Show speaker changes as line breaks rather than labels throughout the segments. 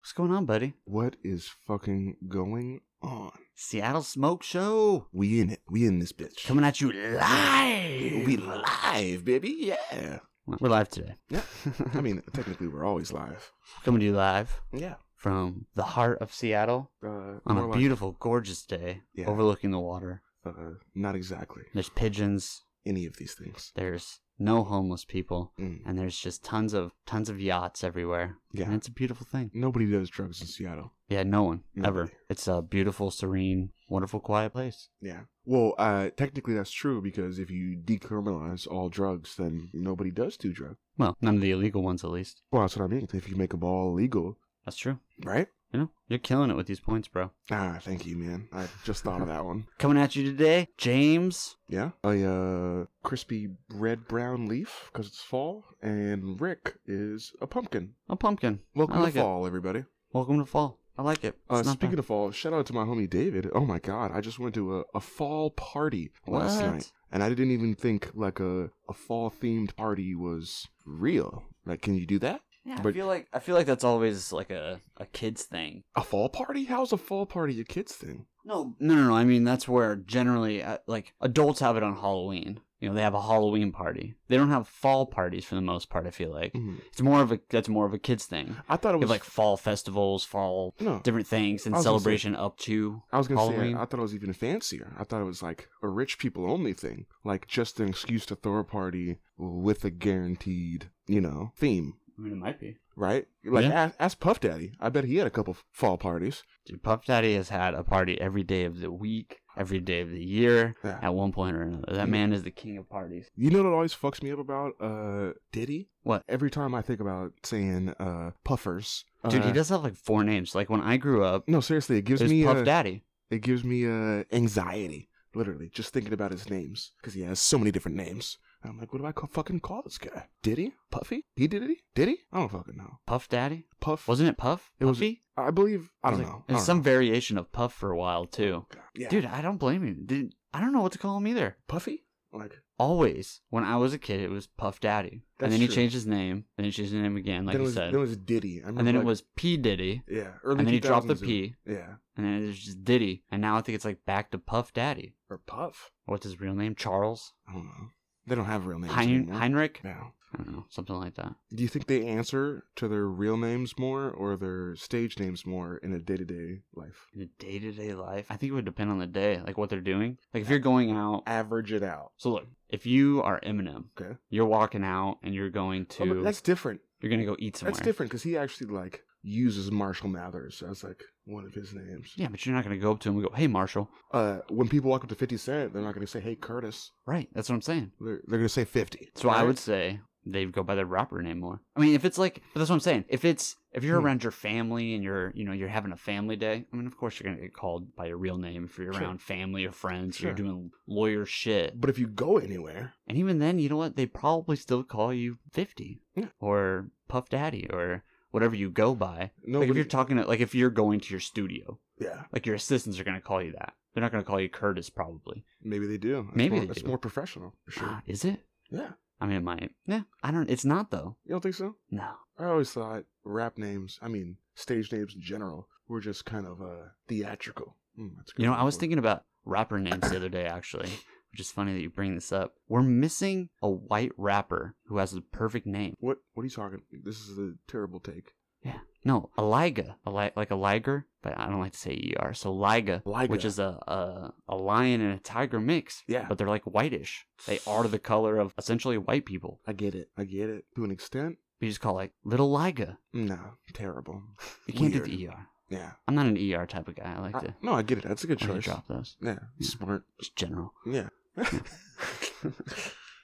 What's going on, buddy?
What is fucking going on?
Seattle Smoke Show
We in it. We in this bitch.
coming at you live.
We live, baby. Yeah.
We're live today.
Yeah. I mean, technically, we're always live.
Coming to you live
Yeah.
from the heart of Seattle
Uh,
on
more
a
like,
beautiful, gorgeous day
Yeah.
overlooking the water.
uh, not exactly
There's pigeons.
any of these things.
There's no homeless people,
Mm.
and there's just tons of tons of yachts everywhere.
Yeah.
and it's a beautiful thing.
Nobody does drugs in Seattle.
Yeah, no one ever.
Nobody.
It's a beautiful, serene, wonderful, quiet place.
Yeah. Well, uh, technically, that's true because if you decriminalize all drugs, then nobody does do drugs.
Well, none of the illegal ones, at least.
Well, that's what I mean. If you make them all legal,
That's true.
right?
You know, you're killing it with these points, bro.
Ah, thank you, man. I just thought of that one.
Coming at you today, James.
Yeah. A uh, crispy red brown leaf because it's fall, and Rick is a pumpkin.
A Oh, pumpkin.
Welcome
I like
to
it.
fall, everybody.
Welcome to fall. I like it.
Uh,
It's not
speaking
bad.
of fall, shout out to my homie David. Oh my god, I just went to a, a fall party last
What?
night, and I didn't even think like a, a fall themed party was real. Like, can you do that?
yeah, I
but-
feel like I feel like that's always like a, a kids thing.
A fall party? How's a fall party a kids thing?
No, no, no, no. I mean, that's where generally, uh, like, adults have it on Halloween. You know, they have a Halloween party. They don't have fall parties for the most part. I feel like
Mm.
it's more of a that's more of a kids thing.
I thought it
They
was
have like fall festivals, fall
no.
different things, and
I was gonna say-
celebration up to.
I was gonna
Halloween.
say I, I thought it was even fancier. I thought it was like a rich people only thing, like just an excuse to throw a party with a guaranteed, you know, theme,
I mean, it might be.
right? Like
Yeah.
ask, ask Puff Daddy. I bet he had a couple fall parties.
Dude, Puff Daddy has had a party every day of the week, every day of the year,
Yeah.
at one point or another. That
Mhm.
man is the king of parties.
You know what always fucks me up about uh Diddy?
What?
Every time I think about saying uh puffers,
Dude,
uh,
he does have like four names. Like when I grew up,
No, seriously, it
it
gives
was
me
Puff
uh,
Daddy.
it gives me uh anxiety, literally, just thinking about his names because he has so many different names. And I'm like, what do I ca- fucking call this guy? Diddy? Puffy? He did it? Did he? I don't fucking know.
Puff Daddy?
Puff?
Wasn't it Puff?
It was-
Puffy?
I believe. I don't
It was
know.
like- it was
I
some
don't
variation of Puff for a while too.
know. Yeah.
Dude, I don't blame you. Dude, I don't know what to call him either.
Puffy? Like,
Always, when I was a kid, it was Puff Daddy,
That's
and then he
true.
changed his name, and he changed his name again, like
then, it
you
was,
said,
then it was Diddy. I
and then
remember,
it
like-
was P Diddy,
Yeah. Early
and then he dropped the P,
2000s. Yeah.
and then there's just Diddy, and now I think it's like back to Puff Daddy.
Or Puff.
What's his real name? Charles
I don't know. They don't have real names.
hein-
anymore.
Heinrich?
Yeah.
I don't know, something like that.
Do you think they answer to their real names more or their stage names more in a day to day life?
in a day to day life, I think it would depend on the day, like what they're doing. Like if you're going out,
Average it out.
so look, if you are Eminem,
Okay.
you're walking out and you're going
Oh,
to,
but that's different.
you're gonna go eat somewhere.
That's different because he actually like uses Marshall Mathers as like one of his names.
Yeah, but you're not gonna go up to him and go, "Hey, Marshall."
Uh, when people walk up to Fifty Cent, they're not going to say "Hey Curtis."
Right. That's what I'm saying.
They're, they're going to say Fifty.
So I
right?
would say they go by their rapper name more. I mean, if it's like, but that's what I'm saying. If it's if you're
Hmm.
around your family and you're you know you're having a family day, I mean, of course you're gonna get called by your real name if you're
Sure.
around family or friends. or You're
Sure.
doing lawyer shit.
But if you go anywhere,
And even then, you know what? They probably still call you 50
Yeah.
or Puff Daddy or whatever you go by.
no,
like if you're talking to, like if you're going to your studio,
yeah,
like your assistants are going to call you that. They're not going to call you Curtis, probably.
maybe they do. It's
Maybe
more,
they
it's
do.
more professional for sure.
Ah, Is it?
yeah,
I mean, it might. Yeah, I don't. It's not though.
you don't think so?
No.
I always thought rap names, I mean stage names in general, were just kind of uh, theatrical. Mm, that's a good
You know, I
word
was
for it.
thinking about rapper names the other day, actually, which is funny that you bring this up. We're missing a white rapper who has the perfect name.
What? What are you talking? This is a terrible take.
Yeah. No, a liga, a li- like a liger, but I don't like to say er. So liga,
Liga.
which is a, a a lion and a tiger mix.
Yeah.
But they're like whitish. They are the color of essentially white people.
I get it. I get it to an extent.
We just call it like little liga.
No, terrible.
You can't
Weird. Uh,
do the er.
Yeah.
I'm not an er type of guy. I like
I-
to
no, I get it. That's a good
I like to
choice.
drop those.
Yeah, smart.
Just general.
Yeah.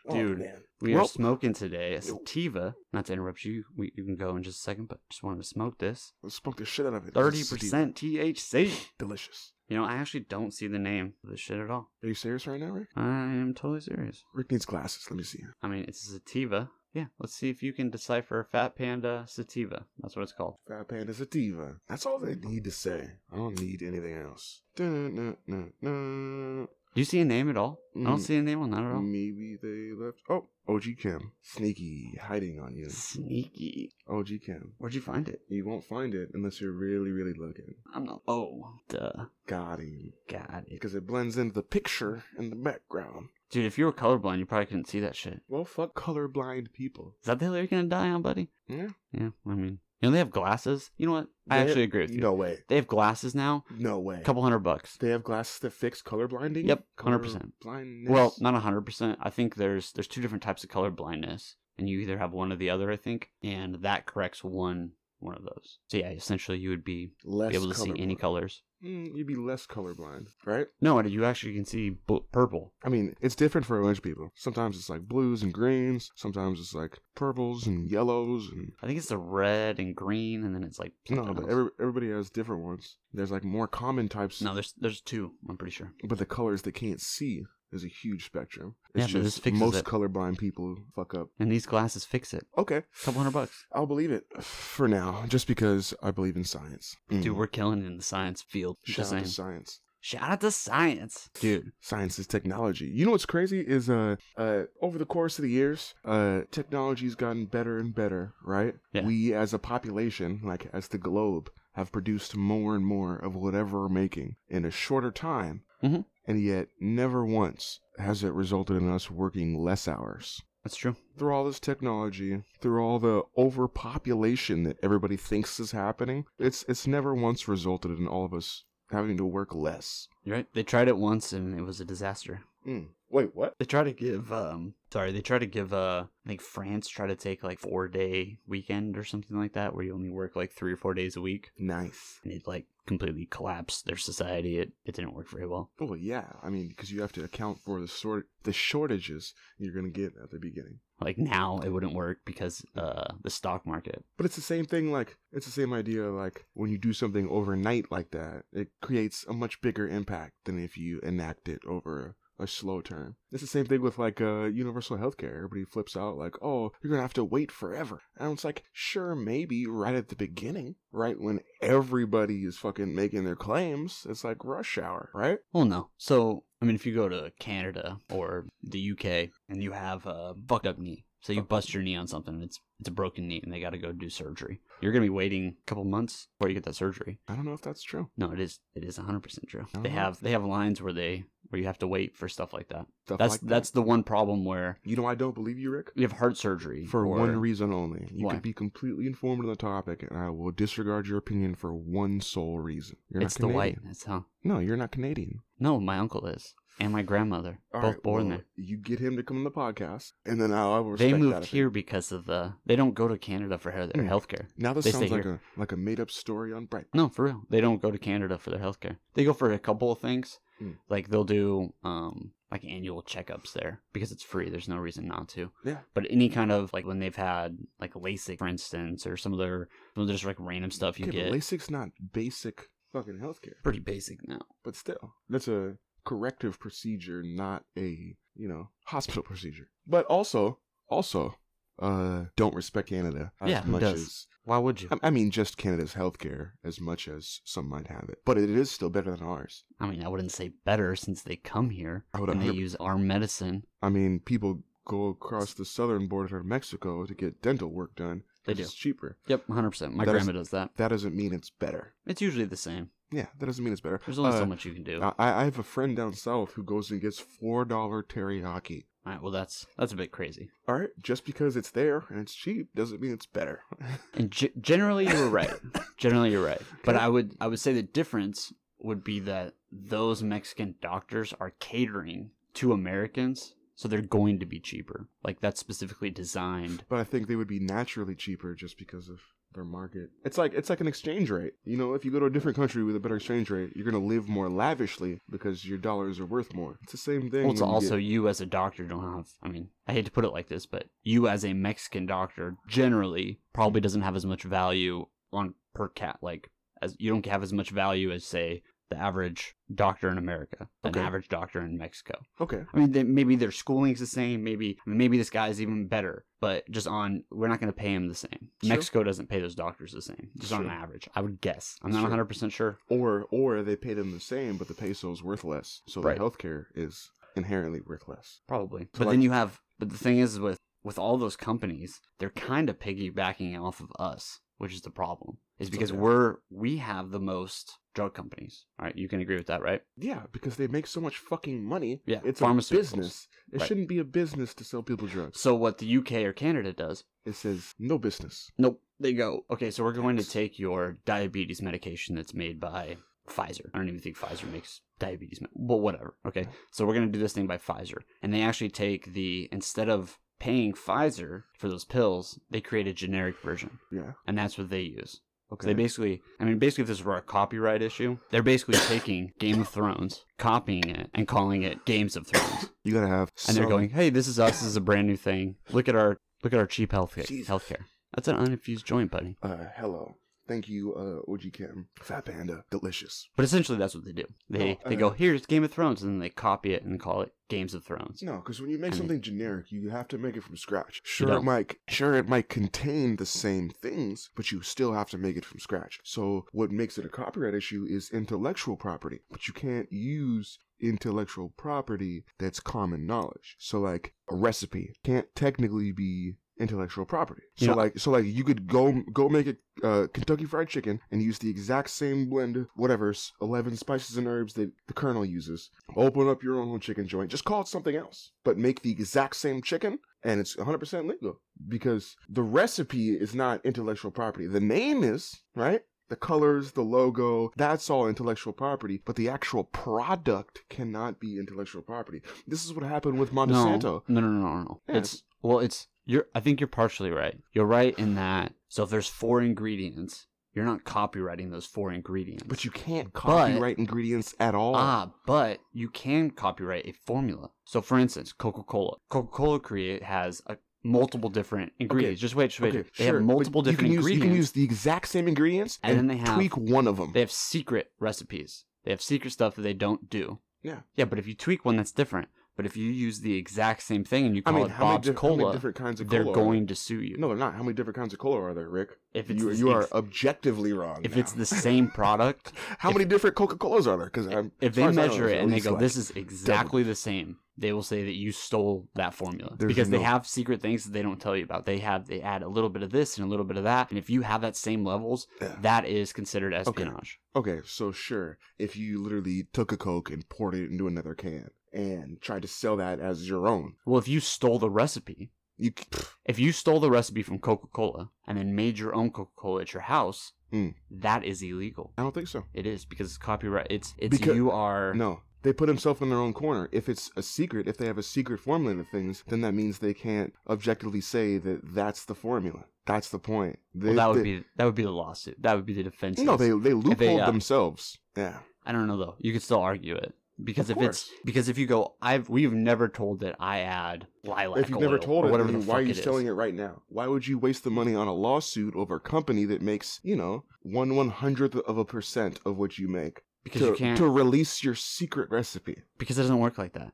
Oh,
Dude.
man.
We
Well-
are smoking today a sativa. Not to interrupt you. We, you can go in just a second, but just wanted to smoke this.
Let's smoke the shit out of it.
Thirty
This is
percent THC.
delicious.
You know, I actually don't see the name of this shit at all.
Are you serious right now, Rick?
I am totally serious.
Rick needs glasses. Let me see.
I mean, it's a sativa. Yeah, let's see if you can decipher fat panda sativa. That's what it's called.
Fat Panda Sativa. That's all they need to say. I don't need anything else. Dun, dun, dun, dun.
Do you see a name at all? I don't
Mm.
see a name on that at all.
Maybe they left. Oh, OG Kim. Sneaky, hiding on you.
Sneaky.
OG Kim.
Where'd you find it?
You won't find it unless you're really, really looking.
I'm not. Oh, duh.
Got him.
Got it.
Because it blends into the picture in the background.
Dude, if you were colorblind, you probably couldn't see that shit.
Well, fuck colorblind people.
Is that the hill you're gonna die on, buddy?
Yeah.
Yeah, I mean, you know they have glasses. You know what? I
They-
actually agree with you.
No way.
They have glasses now.
No way.
A couple hundred bucks.
They have glasses that fix color blinding.
Yep, 100%.
Blindness.
Well, not hundred percent. I think there's there's two different types of color blindness, and you either have one or the other. I think, and that corrects one one of those. So yeah, essentially you would be
less
able to see any
colorblind.
colors.
Mm, you'd be less colorblind, right?
No, you actually can see bu- purple.
I mean, it's different for a bunch of people. Sometimes it's like blues and greens. Sometimes it's like purples and yellows and
I think it's the red and green, and then it's like
no,
something
but
else.
every, everybody has different ones. There's like more common types,
no, there's there's two. I'm pretty sure.
but the colors they can't see is a huge spectrum.
Yeah,
It's
but this
just
fixes
most
it.
colorblind people fuck up.
And these glasses fix it.
Okay,
couple hundred bucks.
I'll believe it for now, just because I believe in science. Mm.
Dude, we're killing it in the science field. I'm
shout
Just
out
saying.
to science.
Shout out to science, dude.
science is technology. You know what's crazy is uh uh over the course of the years, uh technology's gotten better and better, right?
Yeah.
We as a population, like as the globe, have produced more and more of whatever we're making in a shorter time.
Mhm.
And yet never once has it resulted in us working less hours.
That's true.
Through all this technology, through all the overpopulation that everybody thinks is happening, it's it's never once resulted in all of us having to work less.
You're right. They tried it once and it was a disaster.
Mm. Wait, what?
They try to give um sorry, they try to give uh I think France tried to take like four day weekend or something like that where you only work like three or four days a week.
Nice.
And it like completely collapsed their society. It it didn't work very well.
Well, yeah. I mean, because you have to account for the sort the shortages you're going to get at the beginning.
Like now it wouldn't work because uh the stock market.
But it's the same thing. Like it's the same idea. Like when you do something overnight like that, it creates a much bigger impact than if you enact it over a slow term. It's the same thing with like uh, universal healthcare. Everybody flips out like, "Oh, you're gonna have to wait forever." And it's like, sure, maybe right at the beginning, right when everybody is fucking making their claims, it's like rush hour, right?
Well, no. So, I mean, if you go to Canada or the UK and you have a fucked up knee, so you bust your knee on something, it's it's a broken knee, and they got to go do surgery. You're gonna be waiting a couple months before you get that surgery.
I don't know if that's true.
No, it is it is 100 percent true.
Oh.
They have they have lines where they where you have to wait for stuff like that.
Stuff
that's
like that.
that's the one problem where
You know, I don't believe you, Rick.
you have heart surgery
For
or-
one reason only. You
Why?
could be completely informed on the topic, and I will disregard your opinion for one sole reason. You're
It's the
not
white.
Canadian.
That's how.
No, you're not Canadian.
No, my uncle is and my grandmother
All
both
right,
born
well,
there.
You get him to come on the podcast, and then I'll, I'll respect
They
that
moved
if it-
here because of the. They don't go to Canada for their
Mm.
healthcare.
Now this
They stay
sounds like a like a made up story on Bright.
No, for real. They don't go to Canada for their healthcare. They go for a couple of things.
Mm.
Like they'll do um like annual checkups there because it's free. There's no reason not to.
Yeah.
But any kind of like when they've had like LASIK, for instance, or some of their some of their just like random stuff you
okay,
get.
but LASIK's not basic fucking healthcare,
Pretty basic now.
but still, that's a corrective procedure, not a you know hospital procedure. But also, also, uh, don't respect Canada as
Yeah, who
much
does?
as
Why would you?
I- I mean, just Canada's healthcare, as much as some might have it, but it is still better than ours.
I mean, I wouldn't say better since they come here
I would
and they
100
use our medicine.
I mean, people go across the southern border of Mexico to get dental work done.
They
'cause
do.
It's cheaper.
Yep, 100%. My
That is-
grandma does that.
That doesn't mean it's better.
It's usually the same.
Yeah, that doesn't mean it's better.
There's only
Uh,
so much you can do.
I, I have a friend down south who goes and gets four dollar teriyaki.
All right, well that's that's a bit crazy.
All right, just because it's there and it's cheap doesn't mean it's better.
And ge- generally, you were right. generally, you're right. But I would I would say the difference would be that those Mexican doctors are catering to Americans, so they're going to be cheaper. Like that's specifically designed.
but I think they would be naturally cheaper just because of their market. It's like it's like an exchange rate. You know, if you go to a different country with a better exchange rate, you're gonna live more lavishly because your dollars are worth more. It's the same thing.
Well, it's
when you
also
get-
you as a doctor don't have. I mean, I hate to put it like this, but you as a Mexican doctor generally probably doesn't have as much value on per cat. Like as you don't have as much value as say the average doctor in America than
Okay.
an average doctor in Mexico.
Okay.
I mean, they, maybe their schooling's the same. Maybe I mean, maybe this guy's even better. But just on, we're not going to pay him the same.
Sure.
Mexico doesn't pay those doctors the same. Just on
Sure.
average, I would guess. I'm not
Sure.
100 percent sure.
Or or they pay them the same, but the peso's worth less, so
Right.
their healthcare is inherently worth less.
Probably.
So,
but
like-
then you have. But the thing is, with with all those companies, they're kind of piggybacking off of us, which is the problem. Is because
Okay.
we're we have the most drug companies. All right, you can agree with that, right?
Yeah, because they make so much fucking money.
Yeah,
it's a
pharmaceuticals.
business. It
Right.
shouldn't be a business to sell people drugs.
So what the UK or Canada does?
It says no business.
Nope, they go. Okay, so we're going to
Tax.
take your diabetes medication that's made by Pfizer. I don't even think Pfizer makes diabetes, med- but whatever. Okay, so we're going to do this thing by Pfizer, and they actually take the instead of paying Pfizer for those pills, they create a generic version,
Yeah.
and that's what they use.
Okay.
So they basically, I mean, basically, if this were a copyright issue, they're basically taking Game of Thrones, copying it, and calling it Games of Thrones,
you gotta have.
and they're
some-
going, "Hey, this is us. This is a brand new thing. Look at our look at our cheap health
Jesus.
healthcare. That's an uninfused joint, buddy."
Uh, hello. Thank you, uh, OG Kim. Fat Panda. Delicious.
But essentially, that's what they do. They
No,
they
uh,
go, "Here's Game of Thrones," and then they copy it and call it Games of Thrones.
No, because when you make
I mean-
something generic, you have to make it from scratch. Sure, it
don't.
might sure it might contain the same things, but you still have to make it from scratch. So what makes it a copyright issue is intellectual property, but you can't use intellectual property that's common knowledge. So like a recipe can't technically be intellectual property. So
You know,
like so like you could go go make a uh, Kentucky Fried Chicken and use the exact same blend of whatever s- 11 spices and herbs that the colonel uses. Open up your own little chicken joint. Just call it something else, but make the exact same chicken and it's 100% legal because the recipe is not intellectual property. The name is, right? The colors, the logo, that's all intellectual property, but the actual product cannot be intellectual property. This is what happened with Monsanto.
No, no, no, no, no.
Yeah,
It's well, it's you're. I think you're partially right. You're right in that. So if there's four ingredients, you're not copywriting those four ingredients.
But you can't
But-
copyright ingredients at all.
ah, but you can copyright a formula. So for instance, Coca-Cola. Coca-Cola create has a, multiple different ingredients. Just wait, just wait. they have
sure, but
multiple
you
different
can use-
ingredients.
You can use the exact same ingredients
And
and,
then they have-
tweak one of them.
They have secret recipes. They have secret stuff that they don't do.
Yeah.
Yeah, but if you tweak one, that's different. But if you use the exact same thing and you
I
call
mean,
it
how many,
Bob's
diff- how many
Cola,
different kinds of
they're
cola? are there?
going to sue you.
No, they're not. How many different kinds of cola are there, Rick?
if it's
you
the-
you are
ex-
objectively wrong.
if
now.
it's the same product,
how
if- Eh.
many different Coca Colas are there? Because
if they measure it and they go, "This is exactly the same," they will say that you stole that formula
There's
because they
no-
have secret things that they don't tell you about. They have they add a little bit of this and a little bit of that, and if you have that same levels,
Yeah.
that is considered espionage.
Okay, so sure, if you literally took a Coke and poured it into another can and tried to sell that as your own,
Well, if you stole the recipe,
you c- pff,
If you stole the recipe from Coca Cola and then made your own Coca Cola at your house,
Mm.
that is illegal.
I don't think so.
It is because it's copyright. It's it's
Because-
you are
No, they put themselves in their own corner. If it's a secret, if they have a secret formula to things, then that means they can't objectively say that that's the formula. That's the point. They,
Well, that would
they-
be that would be the lawsuit. That would be the defense.
no, they they loophole
uh,
themselves. Yeah,
I don't know though. You could still argue it because
Of
if it's
course.
because if you go, I've we've never told that I add lilac.
if you've never
oil
told
or
it,
whatever
then
the
why are
fuck
you
it is.
selling it right now? Why would you waste the money on a lawsuit over a company that makes you know one one hundredth of a percent of what you make
Because
to,
you can't.
to release your secret recipe?
Because it doesn't work like that.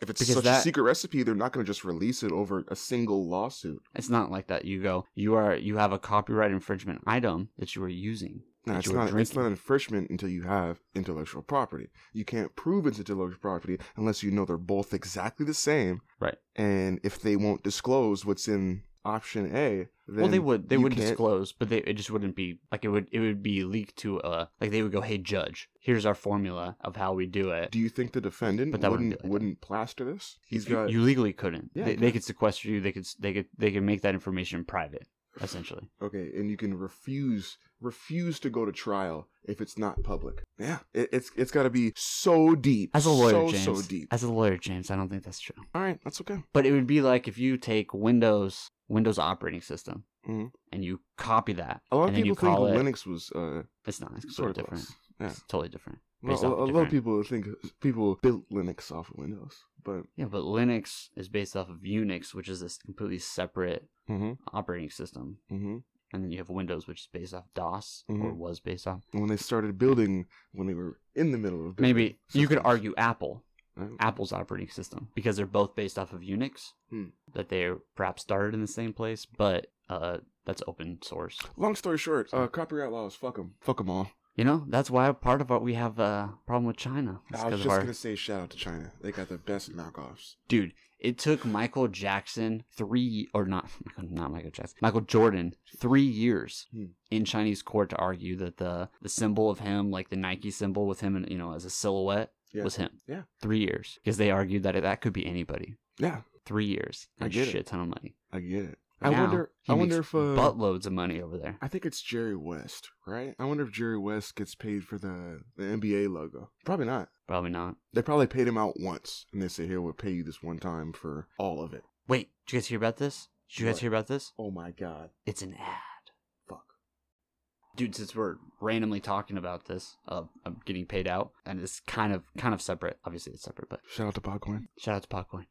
If it's
Because
such a
that-
secret recipe, they're not going to just release it over a single lawsuit.
It's not like that. You go. You are. You have a copyright infringement item that you are using.
No,
that
it's
you were
not. It's
drinking.
not infringement until you have intellectual property. You can't prove it's intellectual property unless you know they're both exactly the same.
Right.
And if they won't disclose what's in option A, then
well, they would they
you
would
can't-
disclose, but they it just wouldn't be like it would it would be leaked to uh like they would go, hey judge, here's our formula of how we do it.
Do you think the defendant
But that wouldn't be like
wouldn't
that.
wouldn't plaster this? He's
you,
got
you legally couldn't.
Yeah,
they,
you
they
can.
could sequester you. They could s- they could they could make that information private, essentially.
okay, and you can refuse refuse to go to trial if it's not public. Yeah, it, it's it's got to be so deep.
As a lawyer,
so,
James.
so deep.
As a lawyer, James, I don't think that's true.
All right, that's okay.
But it would be like if you take Windows Windows operating system
Mhm.
and you copy that,
A lot
and
of
then you
people think
call it.
Linux was uh,
it's not. It's completely
sort of
different.
close. Yeah.
It's totally different.
Well,
based
a,
off
a
of
lot of
different-
people think people built Linux off of Windows, but
Yeah, but Linux is based off of Unix, which is this completely separate
mm-hmm,
operating system.
mm-hmm.
and then you have Windows, which is based off DOS or
Mhm.
was based off.
when they started building when they were in the middle of building
Maybe you could
systems.
argue Apple,
Right?
Apple's operating system, because they're both based off of Unix,
Hmm.
that they perhaps started in the same place, but uh, that's open source.
Long story short, uh, copyright laws, fuck them, fuck them all.
You know, that's why part of what we have a problem with China. It's
I
'cause
was just
of our-
gonna say shout out to China. They got the best knockoffs.
Dude, it took Michael Jackson three or not not Michael Jackson, Michael Jordan three years
Hmm.
in Chinese court to argue that the the symbol of him, like the Nike symbol with him, and you know as a silhouette,
Yeah.
was him.
Yeah.
three years because they argued that that could be anybody.
Yeah,
Three years
I
and
get it.
shit ton of money.
I get it. I
Now,
wonder.
he
I wonder
makes
if uh,
buttloads of money over there.
I think it's Jerry West, right? I wonder if Jerry West gets paid for the the NBA logo. Probably not.
Probably not.
They probably paid him out once, and they say, "Here, we'll pay you this one time for all of it."
Wait, did you guys hear about this? Did you guys
What?
hear about this?
Oh my god,
It's an ad.
fuck.
dude since we're randomly talking about this uh, i'm getting paid out and it's kind of kind of separate obviously it's separate but
Shout out to Popcorn.
shout out to popcorn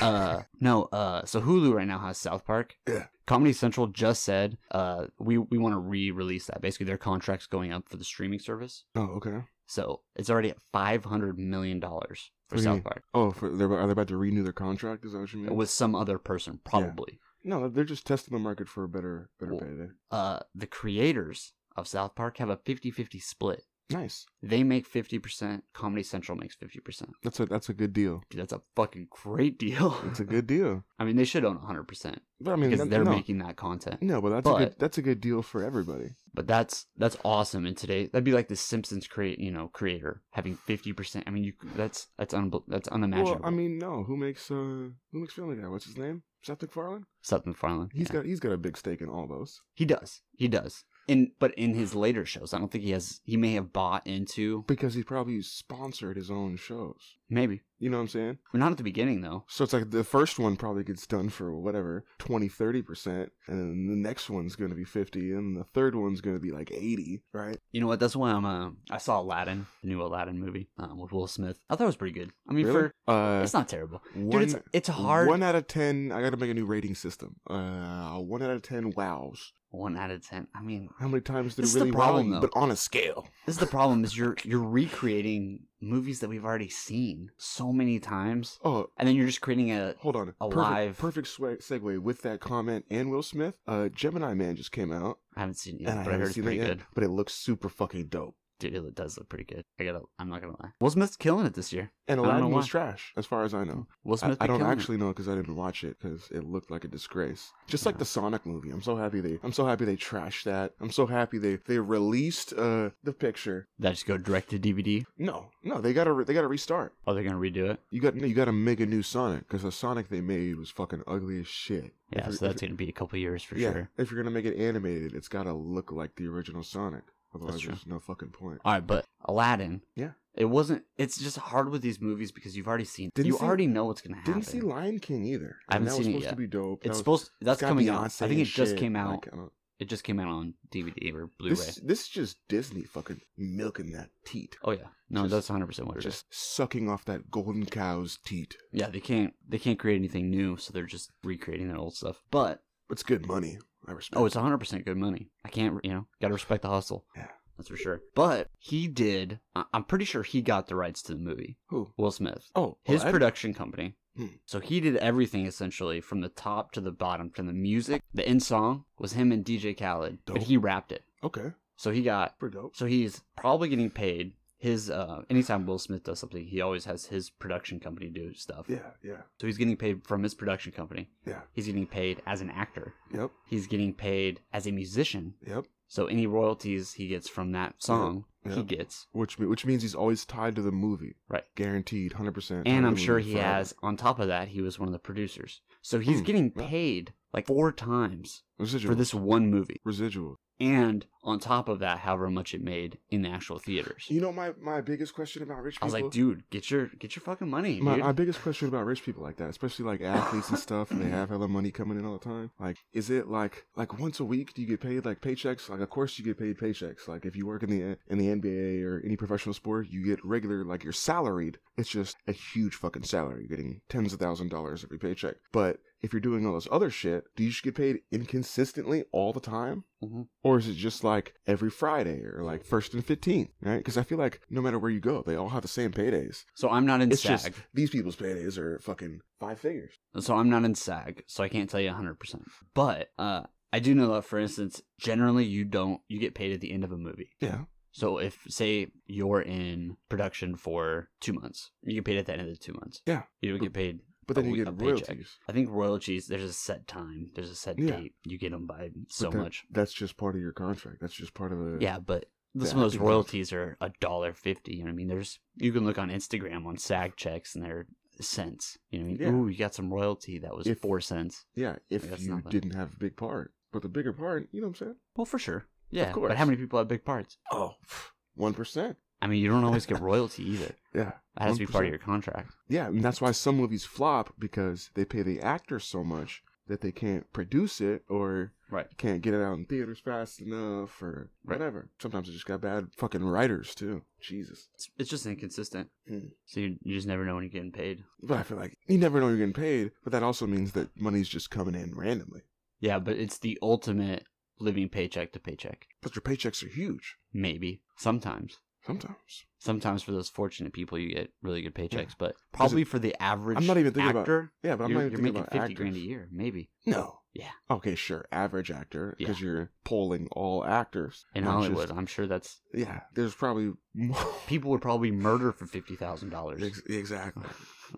uh no uh so hulu right now has south park
Yeah.
comedy central just said uh we we want to re-release that basically their contract's going up for the streaming service
oh, okay.
so it's already at 500 million dollars for
What do you
south
mean?
park
Oh, for, they're, are they about to renew their contract? Is that what you mean?
with some other person probably
no, they're just testing the market for a better, better
Well-
payday.
uh the creators of south park have a 50-50 split
Nice.
they make 50% comedy central makes 50%
That's a that's a good deal.
Dude, that's a fucking great deal.
It's a good deal.
I mean, they should own 100%
But I mean,
because
that-
they're
no,
making that content.
no, but that's a
but-
good that's a good deal for everybody.
But that's that's awesome. And today, that'd be like the Simpsons create, you know, creator having 50%. I mean, you that's that's unbe- that's unimaginable.
Well, I mean, no, who makes uh who makes Family Guy? What's his name? Seth MacFarlane.
Seth MacFarlane.
He's
yeah.
got he's got a big stake in all those.
he does. He does. In but in his later shows, I don't think he has. He may have bought into
because he probably sponsored his own shows.
maybe.
You know what I'm saying?
Well, not at the beginning though.
So it's like the first one probably gets done for whatever 20, 30 percent, and then the next one's going to be fifty, and the third one's going to be like eighty, right?
You know what? That's why I'm. Uh, I saw Aladdin, the new Aladdin movie um, with Will Smith. I thought it was pretty good. I mean,
Really?
for
Uh,
it's not terrible.
one,
Dude, it's it's hard.
One out of ten. I got to make a new rating system. Uh, one out of ten. Wows.
one out of ten. I mean,
How many times did
This is the
it really
problem,
wow you?
though.
But on a scale.
This is the problem is you're you're recreating movies that we've already seen so many times,
Oh,
and then you're just creating a
hold on.
A
perfect,
live-
Perfect swe- segue with that comment and Will Smith. Uh, Gemini Man just came out,
I haven't seen it
and
yet,
I
but I
haven't
heard it's
seen that
pretty
yet.
good.
But it looks super fucking dope.
Dude, it does look pretty good. I gotta I'm not gonna lie. Will Smith's killing it this year.
And
I don't
Aladdin
know
was
why.
trash, as far as I know.
Will
I,
Smith.
I
been
don't
killing it.
actually know because I didn't watch it because it looked like a disgrace. Just like
Yeah.
the Sonic movie, I'm so happy they I'm so happy they trashed that. I'm so happy they they released uh the picture.
Did that just go direct to DVD.
No, no, they gotta re- they gotta restart.
Oh, they're gonna redo it.
You got you gotta make a new Sonic because the Sonic they made was fucking ugly as shit. If
Yeah,
you're-
so that's
if-
gonna be a couple years for
yeah,
sure.
If you're gonna make it animated, it's gotta look like the original Sonic. Otherwise,
true.
there's no fucking point.
All right, but Aladdin.
Yeah.
It wasn't. It's just hard with these movies because you've already seen.
Didn't
you
see-
already know what's gonna happen.
Didn't see Lion King either.
I haven't
and
seen
that
it
was supposed
yet.
to be dope.
it's
That was-
supposed. That's
got
coming out. I
Beyonce
think it
and
just
shit.
came out.
Like, I don't-
It just came out on DVD or Blu-ray.
This, this is just Disney fucking milking that teat.
oh yeah. No,
just-
that's 100 percent what it is.
Just sucking off that golden cow's teat.
Yeah, they can't they can't create anything new, so they're just recreating their old stuff. But
It's good money. I respect
oh, it's 100% good money. I can't, you know, got to respect the hustle.
Yeah.
That's for sure. But he did I- I'm pretty sure he got the rights to the movie.
who?
Will Smith.
Oh,
His
well, I-
production company.
Hmm.
So he did everything essentially from the top to the bottom, from the music. The end song was him and DJ Khaled, but
Dope.
he rapped it.
Okay,
So he got
pretty dope.
so he's probably getting paid his uh anytime Will Smith does something, he always has his production company do stuff.
Yeah, yeah,
So he's getting paid from his production company.
Yeah.
He's getting paid as an actor.
yep,
He's getting paid as a musician.
yep.
So any royalties he gets from that song,
Yeah,
he
yeah.
gets.
Which me- which means he's always tied to the movie,
Right.
Guaranteed, hundred percent.
And I'm sure he has, on top of that, he was one of the producers. So he's
Hmm,
getting
yeah.
paid like four times
residual
for this one movie.
residual.
And on top of that, however much it made in the actual theaters.
You know my my biggest question about rich
I
people.
was like, dude, get your get your fucking money,
My,
dude.
my biggest question about rich people like that, especially like athletes and stuff, and they have hella money coming in all the time. Like, is it like like once a week do you get paid like paychecks? Like, of course you get paid paychecks. Like, if you work in the in the NBA or any professional sport, you get regular like you're salaried. It's just a huge fucking salary, You're getting tens of thousand dollars every paycheck. But if you're doing all this other shit, do you just get paid inconsistently all the time?
Mhm.
Or is it just like every Friday or like first and 15th, right? Because I feel like no matter where you go, they all have the same paydays.
So I'm not in
It's
SAG.
just these people's paydays are fucking five figures.
So I'm not in SAG, so I can't tell you 100%. But uh, I do know that, for instance, generally you don't, you get paid at the end of a movie.
Yeah.
So if, say, you're in production for two months, you get paid at the end of the two months.
Yeah.
You don't get paid.
But then
A
you
week-
get
a paycheck.
royalties.
I think royalties, there's a set time, there's a set
Yeah.
date. You get them by so
But that-
much.
That's just part of your contract. That's just part of the.
Yeah, but
the
some of those
happy month.
royalties are a dollar fifty. You know what I mean? There's you can look on Instagram on SAG checks and they're cents. You know what I mean?
Yeah.
Ooh, you got some royalty that was
If-
four cents.
Yeah. If
That's
you
nothing.
didn't have a big part. But the bigger part, you know what I'm saying?
Well, for sure. Yeah, but
course.
how many people have big parts?
Oh, pff, 1%.
I mean, you don't always get royalty either.
Yeah.
That has to be part
1%.
of your contract.
Yeah, and that's why some movies flop because they pay the actors so much that they can't produce it or
Right.
can't get it out in theaters fast enough or
Right.
whatever. Sometimes it just got bad fucking writers too. Jesus.
It's, it's just inconsistent.
Hmm.
So you, you just never know when you're getting paid.
But I feel like you never know you're getting paid, but that also means that money's just coming in randomly.
Yeah, but it's the ultimate living paycheck to paycheck.
But your paychecks are huge
Maybe sometimes.
sometimes.
Sometimes for those fortunate people, you get really good paychecks, but probably for the average
I'm not even thinking about-
actor,
Yeah, but I'm
you're,
not
you're
even thinking
making
about
50
actors.
grand a year, maybe.
No.
Yeah.
Okay, sure. Average actor, because you're polling all actors
In
not just-
Hollywood, I'm sure that's
yeah, there's probably more.
people would probably murder for $50,000.
Ex- exactly.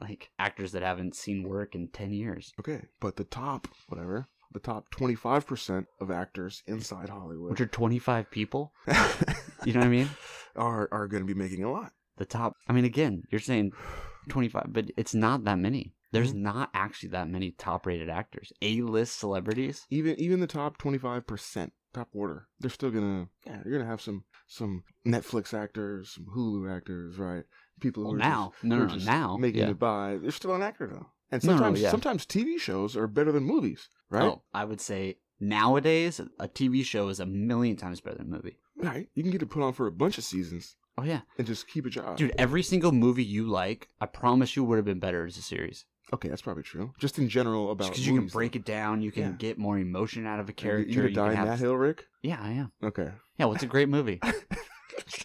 like actors that haven't seen work in 10 years,
Okay, but the top, whatever, the top 25% of actors inside
which
Hollywood
are 25 people. You know what I mean?
are, are going to be making a lot.
The top. I mean, again, you're saying 25, but it's not that many. There's
Mhm.
not actually that many top rated actors. A list celebrities.
Even even the top 25%, top order, they're still going to, yeah, you're going to have some some Netflix actors, some Hulu actors, right? People who
Well,
are
Oh, now.
just,
No,
who
no,
are
no,
just
now.
making
yeah.
it by. They're still an actor, though. And
No, no,
sometimes
yeah.
sometimes TV shows are better than movies, right?
Oh, I would say nowadays, a TV show is a million times better than a movie.
Right? You can get it put on for a bunch of seasons
Oh, yeah.
and just keep uh, a job.
Dude, every single movie you like, I promise you would have been better as a series.
Okay, that's probably true. Just in general about.
Just because you can
movies, though.
break it down, you can
Yeah.
get more emotion out of a
You-
character.
You, gonna die
can
in that
have-
hill, Rick?
Yeah, I am.
Okay.
Yeah, what's a great movie?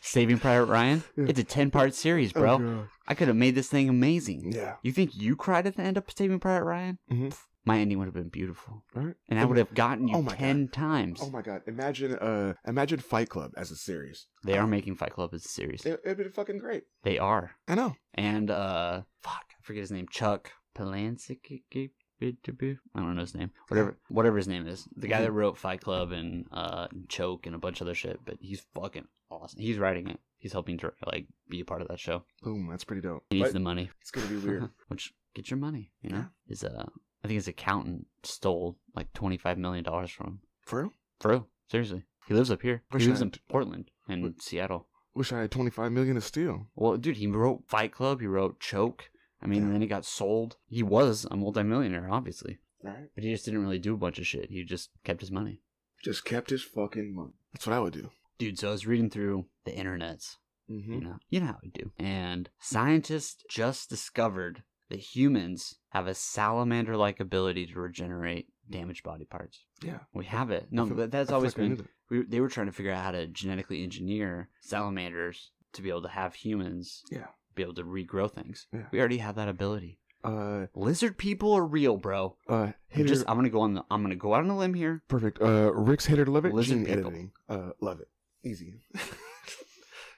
Saving Private Ryan?
Yeah.
It's a 10 part series,
Oh,
bro.
God.
I could have made this thing amazing.
Yeah.
You think you cried at the end of Saving Private Ryan?
Mhm.
Pff, My ending would have been beautiful.
Right.
And I
And-
would have gotten you
Oh my
10 times.
Oh my God! Imagine, uh, imagine Fight Club as a series.
they are making Fight Club as a series.
It, it'd be fucking great.
They are.
I know.
and uh fuck i forget his name chuck Palahniuk. i don't know his name whatever whatever his name is the guy
Mhm.
that wrote fight club and uh choke and a bunch of other shit but he's fucking awesome he's writing it he's helping to like be a part of that show
Boom! That's pretty dope.
he needs
But
the money
it's gonna be weird.
which get your money you know
Yeah.
is uh i think his accountant stole like 25 million dollars from him
For real?
for real seriously he lives up here
Wish
he lives
I-
in portland and
Wi-
seattle
Wish I had twenty five million to steal.
Well, dude, he wrote Fight Club. He wrote Choke. I mean,
Yeah.
and then he got sold. He was a multimillionaire, obviously,
Right.
but he just didn't really do a bunch of shit. He just kept his money.
Just kept his fucking money. That's what I would do.
Dude, so I was reading through the internets,
Mm-hmm.
you know, you know how we do. And scientists just discovered that humans have a salamander-like ability to regenerate damaged body parts.
Yeah.
We have it. No,
I feel-
but that's
I feel
always
like I knew
been
that.
we, they were trying to figure out how to genetically engineer salamanders to be able to have humans
Yeah.
be able to regrow things.
Yeah.
We already have that ability.
Uh,
Lizard people are real, bro.
uh,
I'm
Hitter,
just I'm gonna go on the I'm gonna go out on a limb here.
perfect. Uh, Rick's Hitter Love It.
Lizard
Gene
people.
editing. Uh, love it. Easy.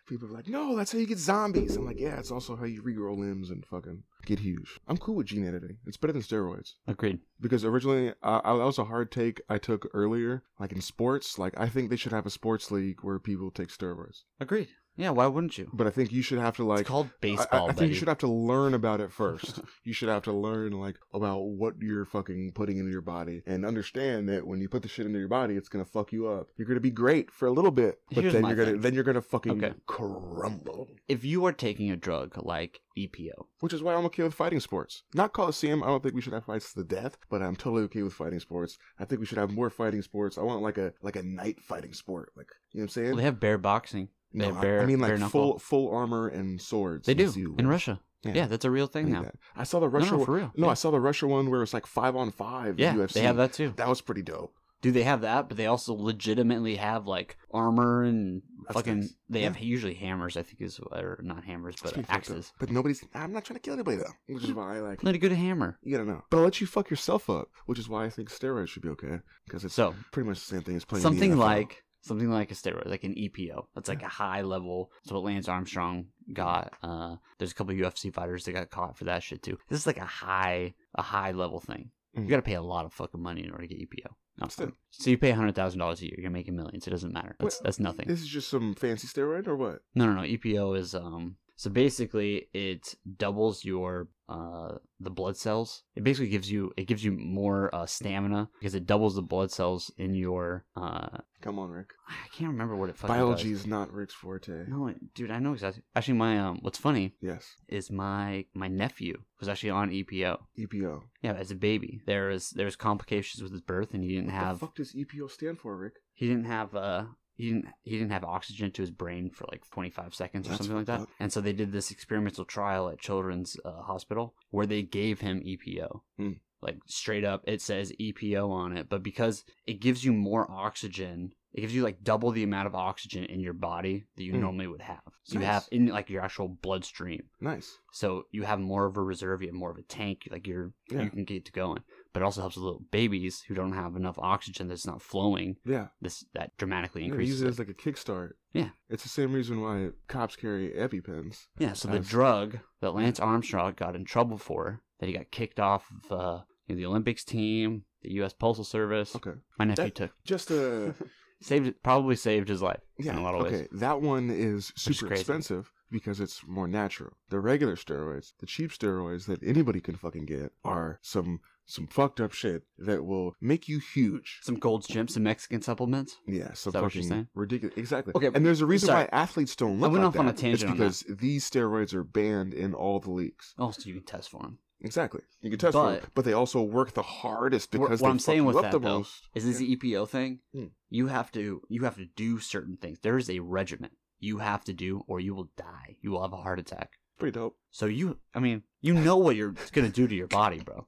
People are like, no, that's how you get zombies. I'm like, yeah, it's also how you regrow limbs and fucking get huge. I'm cool with gene editing. It's better than steroids.
Agreed.
because originally uh, I, that was a hard take I took earlier, like in sports. Like I think they should have a sports league where people take steroids,
Agreed. Yeah, why wouldn't you?
but I think you should have to like.
it's called
I-
baseball,
I, I think
buddy.
you should have to learn about it first. you should have to learn like about what you're fucking putting into your body and understand that when you put the shit into your body, it's gonna fuck you up. You're gonna be great for a little bit, but
Here's
then
my
you're gonna
thing.
then you're gonna fucking
Okay.
crumble.
If you are taking a drug like E EPO,
Which is why I'm okay with fighting sports. Not Coliseum. I don't think we should have fights to the death, but I'm totally okay with fighting sports. I think we should have more fighting sports. I want like a like a night fighting sport. Like you know what I'm saying?
well, they have bear boxing. They
No,
have
I-
bare
I mean
bare
like
knuckle.
full full armor and swords.
they
and
do
see who
in
wins.
Russia. Yeah, that's a real thing
like
now.
that. I saw the
No,
Russia.
no,
one-
for real.
no,
yeah,
I saw the Russia one where it's like five on five.
yeah
UFC.
they have that too.
That was pretty dope.
Do they have that? But they also legitimately have like armor and
That's
fucking.
nice.
They
Yeah.
have usually hammers, I think, is or not hammers,
It's
but
pretty fucked up.
axes.
But nobody's. I'm not trying to kill anybody though, which is why like
Not a good hammer.
you gotta know. But I'll let you fuck yourself up, which is why I think steroids should be okay because it's
So
pretty much the same thing as playing in the
something
NFL.
like something like a steroid, like an EPO. That's like a high level. That's what Lance Armstrong got. Uh, there's a couple UFC fighters that got caught for that shit too. This is like a high a high level thing.
Mm.
You got to pay a lot of fucking money in order to get E EPO. No,
Still.
so you pay hundred thousand dollars a year, you're making millions. It doesn't matter. That's
Well,
that's nothing.
This is just some fancy steroid or what?
No, no, no. EPO is um. So basically, it doubles your uh the blood cells. It basically gives you it gives you more uh, stamina because it doubles the blood cells in your uh.
Come on, Rick.
I can't remember what it fucking
Biology
does.
is not Rick's forte.
No, it- dude, I know exactly. Actually, my um, what's funny
Yes,
is my my nephew was actually on EPO.
EPO.
Yeah, as a baby, there was there was complications with his birth, and he didn't
What the
have
fuck does EPO stand for, Rick?
he didn't have uh he didn't he didn't have oxygen to his brain for like 25 seconds or
That's
something like
fucked
that.
up.
And so they did this experimental trial at Children's uh, Hospital where they gave him EPO.
Hmm.
Like straight up it says EPO on it, but because it gives you more oxygen, it gives you like double the amount of oxygen in your body that you
Hmm.
normally would have. So you
Nice.
have in like your actual bloodstream.
Nice.
So you have more of a reserve, you have more of a tank, like you're
Yeah.
you can get to going. But it also helps with little babies who don't have enough oxygen that's not flowing
Yeah,
this that dramatically
yeah use
increases
it
it.
as like a kickstart.
Yeah.
it's the same reason why cops carry EpiPens.
yeah so the
as-
drug that lance armstrong got in trouble for that he got kicked off of uh, you know, the olympics team the us postal service
Okay,
my nephew
That-
took
just uh
saved probably saved his life
yeah.
in a lot of
okay,
ways
that one is
is
super
crazy.
expensive because it's more natural. The regular steroids, the cheap steroids that anybody can fucking get, are some some fucked up shit that will make you huge.
some gold's gym some mexican supplements
Yeah, some
that what you're
fucking
saying?
ridiculous. Exactly.
Okay,
and there's a reason
sorry.
why athletes don't look
went
like
off on a
that.
tangent
It's
on that.
because these steroids are banned in all the leagues.
also Oh, you can test for him
Exactly. You can test for them,
But-
but they also work the hardest
Wha-
because
what
they
I'm
fuck
saying
you
with
up
that,
the
though,
most.
is this
Yeah.
the EPO thing?
Hmm.
You have to you have to do certain things. There is a regimen you have to do, or you will die. You will have a heart attack.
pretty dope.
So you, I mean, you know what you're gonna do to your body, bro.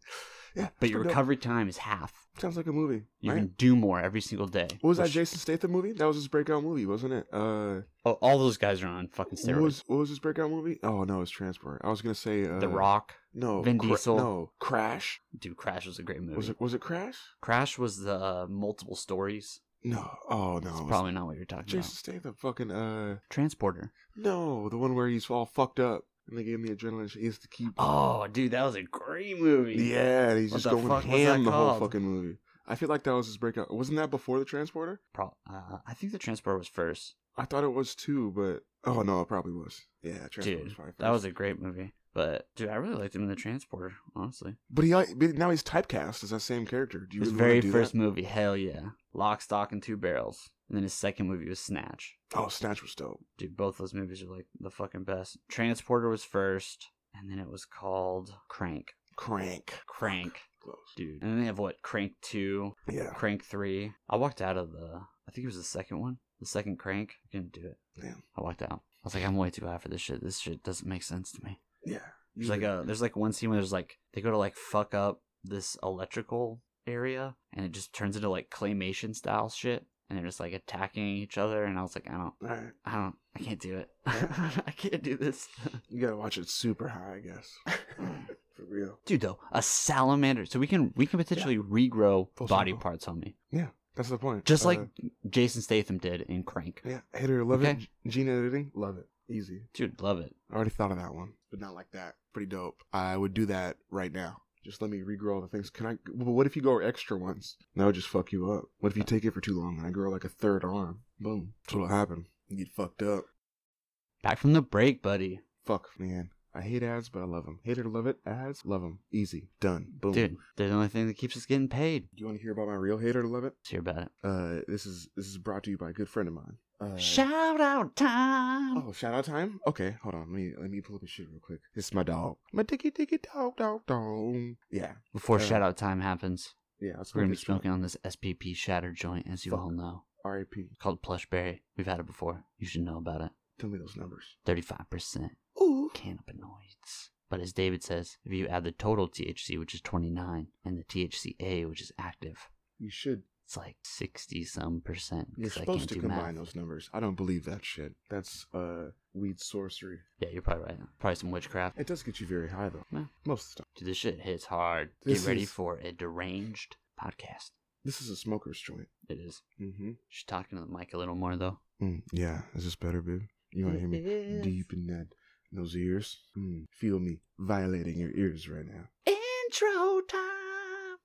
Yeah, it's
But your
pretty dope.
recovery time is half.
sounds like a movie.
You
right?
can do more every single day.
What was that
Which-
Jason Statham movie? That was his breakout movie, wasn't it? Uh,
Oh, all those guys are on fucking
what
steroids.
was what was his breakout movie? Oh no, it's Transport. I was gonna say uh,
the Rock,
No,
Vin Diesel.
No, Crash.
dude. Crash was a great movie.
Was it was it Crash?
Crash was the uh, multiple stories.
No. Oh no,
That's
it was
probably not what you're talking
Jason Statham. Fucking uh,
about. Transporter.
no, the one where he's all fucked up and they gave him the adrenaline. He has to keep.
Oh, dude, that was a great movie.
Yeah, and he's
What
just
the
going
fuck was
ham
that
the whole
called?
fucking movie. I feel like that was his breakout. Wasn't that before the Transporter?
Pro- uh, I think the Transporter was first.
I thought it was too, but oh no, it probably was. Yeah, Transporter was
dude,
probably
that was
first.
a great movie. But dude, I really liked him in the Transporter. Honestly,
But he al- but now he's typecast as that same character. Do you
his
really
very
wanna do
first
that?
movie, hell yeah, Lock, Stock, and Two Barrels. And then his second movie was Snatch.
Oh, Snatch was dope.
Dude, both those movies are like the fucking best. Transporter was first, and then it was called Crank.
Crank.
Crank,
Close.
dude. And then they have what Crank Two,
Yeah.
Crank Three. I walked out of the. I think it was the second one, the second Crank. I couldn't do it.
Damn.
I walked out. I was like, I'm way too high for this shit. This shit doesn't make sense to me.
Yeah.
There's like
a.
a there's like one scene where there's like they go to like fuck up this electrical area and it just turns into like claymation style shit and they're just like attacking each other and I was like I don't
All right.
I don't I can't do it I can't do this
You gotta watch it super high, I guess. For real.
dude though a salamander so we can we can potentially regrow
Full
body
circle.
parts on me
That's the point.
just
Uh,
like Jason Statham did in Crank
Yeah. Hate it or love it.
Okay.
G- Gene editing. Love it. Easy.
dude love it
I already thought of that one, but not like that. Pretty dope. I would do that right now. Just let me regrow all the things. Can I? But what if you grow extra ones? That would just fuck you up. What if you take it for too long and I grow like a third arm? Boom. That's what'll happen. You get fucked up.
back from the break buddy
Fuck, man. I hate ads, but I love them. Hate or love it, ads, love them. Easy. Done. Boom.
dude they're the only thing that keeps us getting paid
Do you want to hear about my real hater to love it?
let's hear about it
Uh, this is this is brought to you by a good friend of mine. Uh,
shout out time
Oh, shout out time? Okay, hold on. Let me let me pull up his shit real quick. This is my dog. My dicky dicky dog dog dog. Yeah.
before
uh,
shout out time happens
Yeah, I was
We're gonna be smoking on this SPP shatter joint, as you
Fuck.
all know,
R.I.P.
called Plushberry. We've had it before. You should know about it.
Tell me those numbers.
Thirty-five percent
Ooh.
cannabinoids. But as David says, if you add the total THC, which is 29, and the THCA, which is active,
You should.
it's like 60 some percent.
You're
'cause I
supposed
can't
to
do math.
combine those numbers. I don't believe that shit. That's uh weed sorcery.
Yeah, you're probably right. Probably some witchcraft.
It does get you very high though.
Yeah.
Most of the time.
Dude, this shit hits hard.
This
Get ready
is-
for a deranged podcast.
This is a smoker's joint.
It is.
Mm-hmm.
She's talking to the mic a little more, though.
Mm, yeah, is this better, babe? You wanna hear me
Yes.
deep in that in those ears? Mm, feel me violating your ears right now.
Intro time.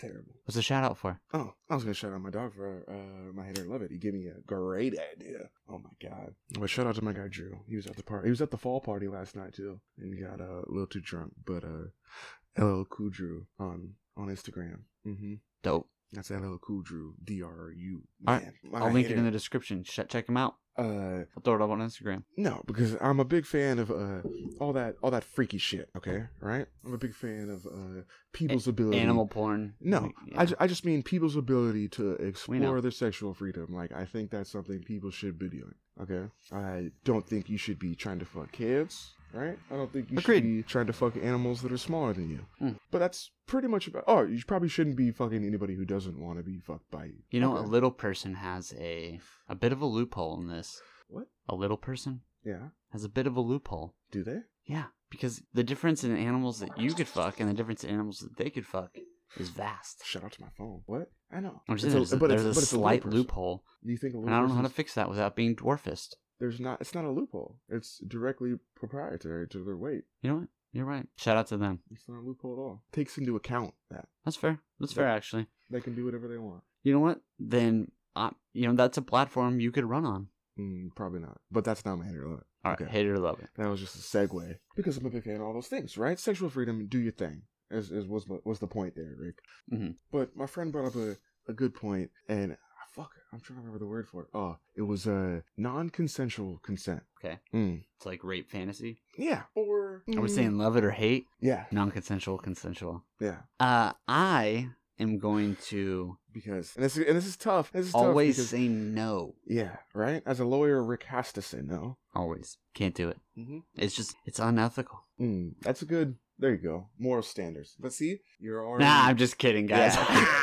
Terrible.
What's the shout out for?
Oh, I was gonna shout out my dog for uh, my hater love it. He gave me a great idea. Oh my god! But shout out to my guy Drew. He was at the party. He was at the fall party last night too, and he got uh, a little too drunk. But uh, LL Cool Drew on on Instagram. Mm-hmm.
Dope.
That's LL Cool Drew. D R U.
All right. I'll link it in the description. Sh- check him out.
Uh,
I'll throw it up on Instagram.
no, because I'm a big fan of uh all that all that freaky shit. Okay, right? I'm a big fan of uh people's ability.
Animal porn.
No,
Yeah.
I, ju- I just mean people's ability to
know.
explore their sexual freedom. Like, I think that's something people should be doing. Okay? I don't think you should be trying to fuck kids, right? I don't think you
Agreed.
should be trying to fuck animals that are smaller than you.
Mm.
But that's pretty much about. Oh, you probably shouldn't be fucking anybody who doesn't want to be fucked by you.
You know,
Okay.
a little person has a a bit of a loophole in this.
What?
A little person
Yeah.
has a bit of a loophole.
Do they?
Yeah, because the difference in animals that you could fuck and the difference in animals that they could fuck is vast.
Shout out to my phone. What? I know.
I'm just
It's
saying, there's a,
but it's-
there's a
but it's little
slight
person.
loophole,
You think a
and I don't
little
know how to
person's-
fix that without being dwarfist.
there's not. It's not a loophole. It's directly proprietary to their weight.
You know what? You're right. Shout out to them.
It's not a loophole at all. Takes into account that.
That's fair. That's fair, actually.
They can do whatever they want.
You know what? Then, uh, you know, that's a platform you could run on.
Mm, probably not. But that's not my hater limit.
All right,
Okay.
hate it or love it.
That was just a segue. Because I'm a big fan of all those things, right? Sexual freedom, do your thing. Is, is was was the point there, Rick?
Mhm.
But my friend brought up a, a good point, and ah, fuck, I'm trying to remember the word for it. Oh, it was uh, non-consensual consent.
Okay.
Mm.
It's like rape fantasy.
Yeah.
Are
Or
we
mm,
saying love it or hate?
Yeah.
Non-consensual, consensual.
Yeah.
Uh, I am going to
Because and this is- and this is tough. This is tough
always
because-
say no.
yeah. Right. As a lawyer, Rick has to say no.
Always can't do it.
Mm-hmm.
It's just it's unethical.
Mm, that's a good. There you go. Moral standards. But see, you're already.
Nah, I'm just kidding, guys. oh,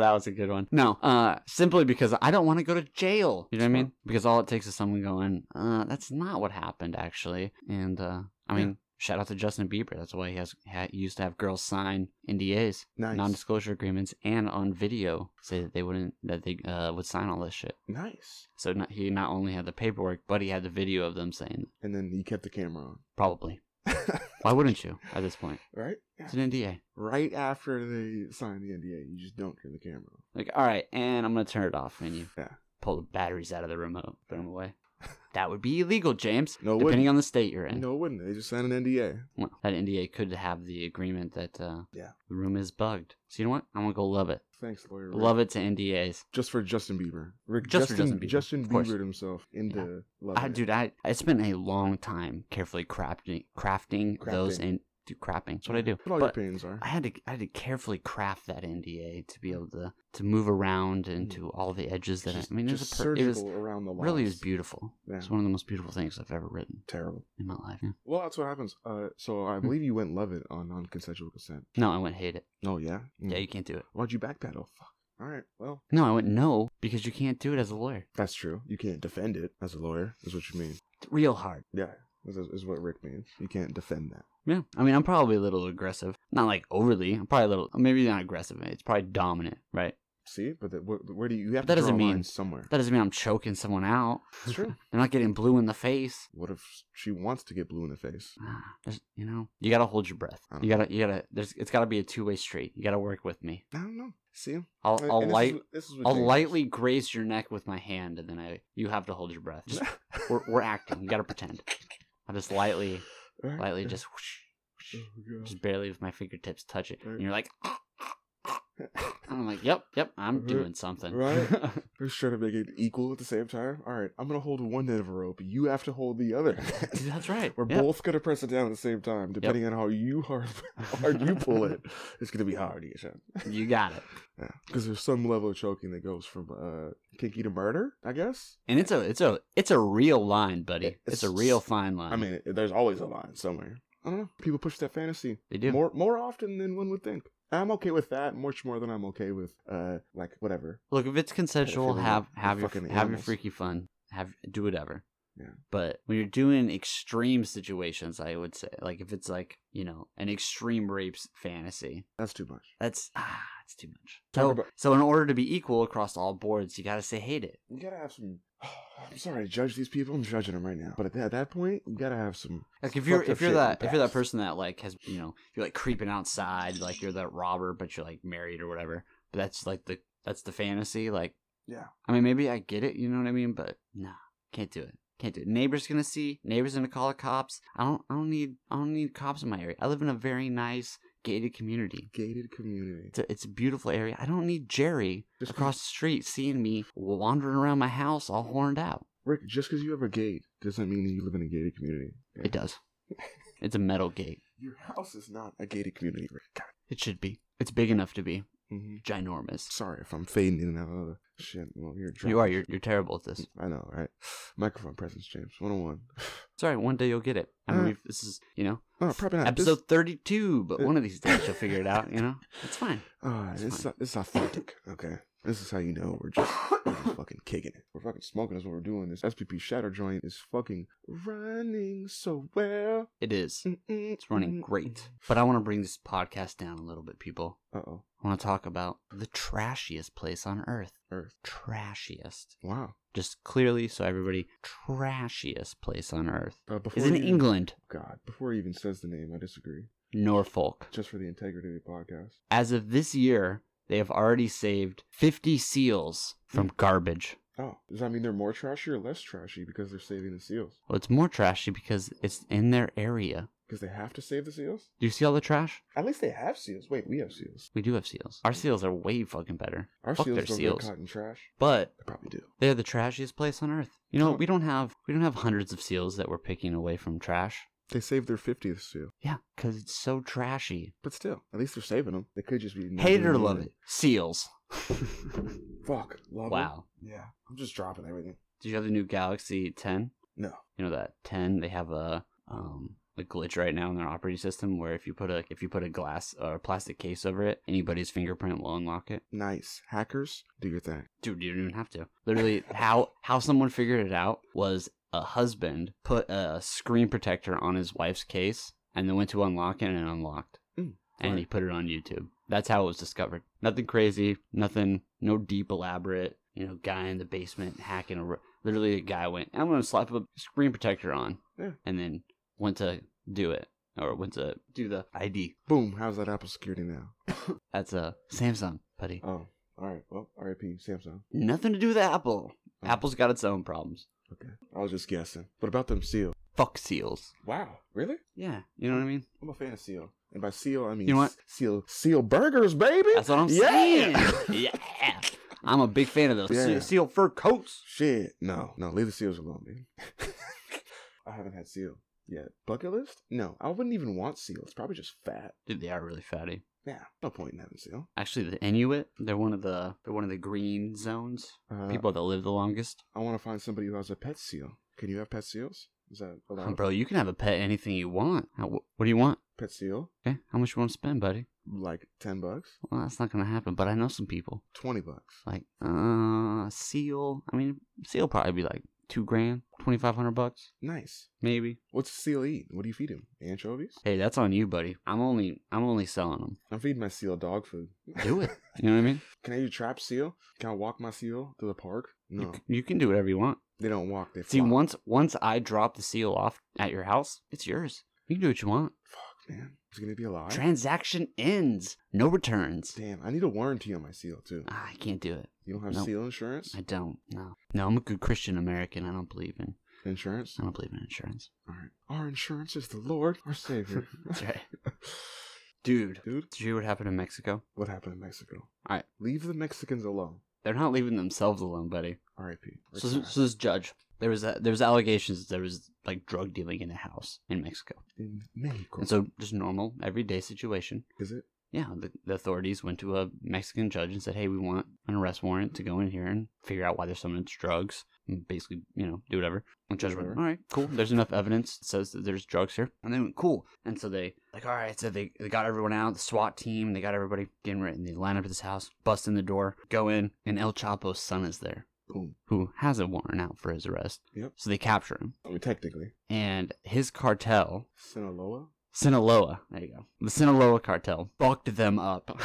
that was a good one. No, uh, simply because I don't want to go to jail. You know what I mean? Because all it takes is someone going, uh, that's not what happened actually. And uh, I mean, shout out to Justin Bieber. That's why he has ha- he used to have girls sign NDAs,
nice.
non-disclosure agreements, and on video say that they wouldn't that they uh, would sign all this shit.
nice.
So not, he not only had the paperwork, but he had the video of them saying,
And then he kept the camera
probably.
on.
Why wouldn't you at this point?
right? Yeah.
It's an NDA.
Right after they sign the NDA, you just don't turn the camera on.
Like, all right, and I'm gonna turn it off, and you
Yeah.
pull the batteries out of the remote, put them away. That would be illegal, James.
No, it
depending
wouldn't.
on the state you're in.
No, it wouldn't. They just sign an NDA.
Well, that NDA could have the agreement that uh,
Yeah.
the room is bugged. So you know what? I'm gonna go love it.
Thanks, lawyer. Rick.
Love it to NDAs.
Just for Justin Bieber. Rick,
Just for Justin Bieber,
Justin
of course.
Bieber himself into the love.
I,
it.
dude, I I spent a long time carefully crafting crafting, those
Crafting.
and do crafting. That's what I do.
That's what all
But-
your opinions are.
I had to I had to carefully craft that NDA to be able to to move around into all the edges that
Mm. just,
I, I mean it was
just
a per- it was
surgical around the law.
really is beautiful.
Yeah.
It's one of the most beautiful things I've ever written
Terrible.
in my life.
Well, that's what happens. Uh, so
Hmm.
I believe you went love it on non-consensual consent.
No, I went hate it.
Oh yeah. Mm.
Yeah, you can't do it.
Why'd you backpedal? Fuck. All right. Well,
No, I went no because you can't do it as a lawyer.
that's true. You can't defend it as a lawyer. Is what you mean.
It's real hard.
Yeah. Is, is what Rick means. You can't defend that.
Yeah, I mean, I'm probably a little aggressive. Not like overly. I'm probably a little, maybe not aggressive. It's probably dominant, right?
See, but that, where, where do you, you have
That
to draw
doesn't
a
mean-
line somewhere?
That doesn't mean I'm choking someone out.
It's true.
I'm not getting blue in the face.
What if she wants to get blue in the face?
Ah, there's- you know, you gotta hold your breath.
I don't
You gotta, you gotta. There's, it's gotta be a two way street. You gotta work with me.
I don't know. See,
I'll,
And-
I'll
and this
light,
is what- this is what
I'll
James-
lightly graze your neck with my hand, and then I, you have to hold your breath. Just, we're, we're acting. You gotta pretend. I'll just lightly,
Right?
lightly, just, whoosh,
Oh,
whoosh,
God.
just barely with my fingertips touch it, and you're like, And I'm like, yep, yep, I'm
Right.
doing something.
Right. We're just trying to make it equal at the same time. All right, I'm gonna hold one end of a rope. You have to hold the other.
That's right.
We're
yeah.
both gonna press it down at the same time, depending on how you hard, hard you pull it. It's gonna be hard, Ishan.
You got it.
Yeah, because there's some level of choking that goes from uh, kinky to murder, I guess.
And it's a it's a it's a real line, buddy.
It-
It's, a
it's-
real fine line.
I mean, there's always a line somewhere. I don't know. People push that fantasy
they do.
more more often than one would think. I'm okay with that much more than I'm okay with uh like whatever.
Look, if it's consensual,
feeling
have
you're
have your
fucking
have your
animals.
freaky fun. Have do whatever.
Yeah.
But when you're doing extreme situations, I would say, like if it's like you know an extreme rapes fantasy,
That's too much.
that's ah, it's too much.
Talk
So
about-
so in order to be equal across all boards, you gotta say hate it.
You gotta have some. I'm sorry to judge these people. I'm judging them right now. But at that, at that point, you gotta have some.
Like if you're
fucked up
if you're
shit
that
in the
if you're that
past.
person that like has you know you're like creeping outside like you're that robber but you're like married or whatever but that's like the that's the fantasy like
Yeah.
I mean maybe I get it you know what I mean but nah can't do it can't do it neighbors gonna see neighbors gonna call the cops I don't I don't need I don't need cops in my area I live in a very nice gated community
gated community.
it's a, it's a beautiful area I don't need Jerry
Just
across the street seeing me wandering around my house all horned out
Rick, just because you have a gate doesn't mean you live in a gated community.
it does it's a metal gate
Your house is not a gated community, Rick. God.
it should be it's big enough to be
hmm
ginormous
Sorry if I'm fading in and out of the shit. Well, you're drunk.
You are. You're, you're terrible at this.
I know, right? Microphone presence, James. 101.
It's all right. One day you'll get it. I mean,
Uh,
we've, this is, you know,
Oh, probably not.
episode 32, but
Uh,
one of these days you'll figure it out, you know? It's fine.
This, oh,
it's
it's,
fine.
it's authentic, okay? This is how you know we're just, we're just fucking kicking it. We're fucking smoking is what we're doing. This SPP shatter joint is fucking running so well.
It is.
It's
It's
Mm.
running great. But I want to bring this podcast down a little bit, people.
Uh-oh.
I want to talk about the trashiest place on earth.
Earth.
Trashiest.
Wow.
Just clearly, so everybody, trashiest place on earth
Uh, before
is in
he even-
England,
God, before he even says the name, I disagree.
Norfolk.
Just for the integrity of the podcast.
As of this year, they have already saved 50 seals from garbage.
Oh, does that mean they're more trashy or less trashy because they're saving the seals?
Well, it's more trashy because it's in their area.
Because they have to save the seals?
Do you see all the trash?
At least they have seals. Wait, we have seals.
We do have seals. Our seals are way fucking better.
Our
Fuck
seals
their
don't
seals.
get caught in trash.
But
They probably do.
they're the trashiest place on earth. You know,
Huh.
we don't have we don't have hundreds of seals that we're picking away from trash.
They saved their 50th seal.
Yeah, because it's so trashy.
But still, at least they're saving them. They could just be. not
Hate it
doing
or love it.
anything.
Seals.
Fuck. Love
Wow.
it. Yeah. I'm just dropping everything.
Did you have the new Galaxy 10?
No.
You know that 10, they have a um a glitch right now in their operating system where if you put a if you put a glass or a plastic case over it, anybody's fingerprint will unlock it.
Nice. Hackers, do your thing.
dude you don't even have to literally how how someone figured it out was a husband put a screen protector on his wife's case and then went to unlock it and it unlocked
Mm,
and he
right.
put it on youtube that's how it was discovered nothing crazy nothing no deep elaborate you know guy in the basement hacking a r- literally a guy went i'm gonna slap a screen protector on
Yeah.
and then went to do it or went to do the id
Boom. How's that Apple security now?
that's a samsung buddy
Oh. All right. Well, RIP, Samsung.
nothing to do with apple
Oh.
apple's got its own problems
Okay. I was just guessing. What about them seal?
fuck seals
Wow. Really?
Yeah, you know what I mean.
I'm a fan of seal. And by seal, I mean
You know what?
s- seal seal burgers, baby.
That's what I'm
Yeah!
saying. yeah, I'm a big fan of those
Yeah.
Se- seal fur coats.
Shit. No, no, leave the seals alone, man. I haven't had seal yet. Bucket list? No, I wouldn't even want seal. It's probably just fat.
Dude, they are really fatty.
Yeah, no point in having seal.
Actually, the Inuit, they're one of the they're one of the green zones.
Uh,
People that live the longest.
I want to find somebody who has a pet seal. Can you have pet seals? Is that allowed?
Um, Bro, you can have a pet anything you want. How, wh- what do you want?
Pet seal,
Okay, how much you want to spend, buddy?
like ten bucks,
Well, that's not gonna happen. But I know some people
twenty bucks.
like uh seal. I mean, seal probably be like two grand, twenty five hundred bucks,
Nice.
maybe.
What's a seal eat? What do you feed him? Anchovies?
Hey, that's on you, buddy. I'm only I'm only selling them.
I'm feeding my seal dog food.
Do it. You know what I mean?
Can I do trap seal? Can I walk my seal to the park?
You
No,
c- you can do whatever you want.
they don't walk. They
See,
flop.
once once I drop the seal off at your house, it's yours. You can do what you want.
Fuck, man. It's gonna be a lie.
Transaction ends, no returns.
Damn, I need a warranty on my seal too.
Ah, I can't do it.
You don't have
Nope.
seal insurance?
I don't. No, no. I'm a good Christian American. I don't believe in.
Insurance?
I don't believe in insurance.
All right. Our insurance is the Lord, our Savior.
That's right. Dude,
Dude,
did you hear what happened in Mexico?
what happened in Mexico?
All right.
Leave the Mexicans alone.
They're not leaving themselves alone, buddy.
R.I.P.
So, so this judge, there was a, there was allegations that there was like drug dealing in a house in Mexico,
in Mexico.
and so just normal everyday situation.
Is it?
Yeah, the, the authorities went to a Mexican judge and said, "Hey, we want an arrest warrant to go in here and figure out why there's someone into drugs, and basically, you know, do whatever." And judge went,
Whatever.
"All right, cool. There's enough evidence that says that there's drugs here." And they went, "Cool." And so they like, "All right." So they, they got everyone out, the SWAT team, they got everybody getting ready, and they line up at this house, bust in the door, go in, and El Chapo's son is there,
Boom.
who has a warrant out for his arrest.
Yep.
So they capture him,
I mean, technically.
and his cartel,
Sinaloa?
Sinaloa. There you go. The Sinaloa cartel fucked them up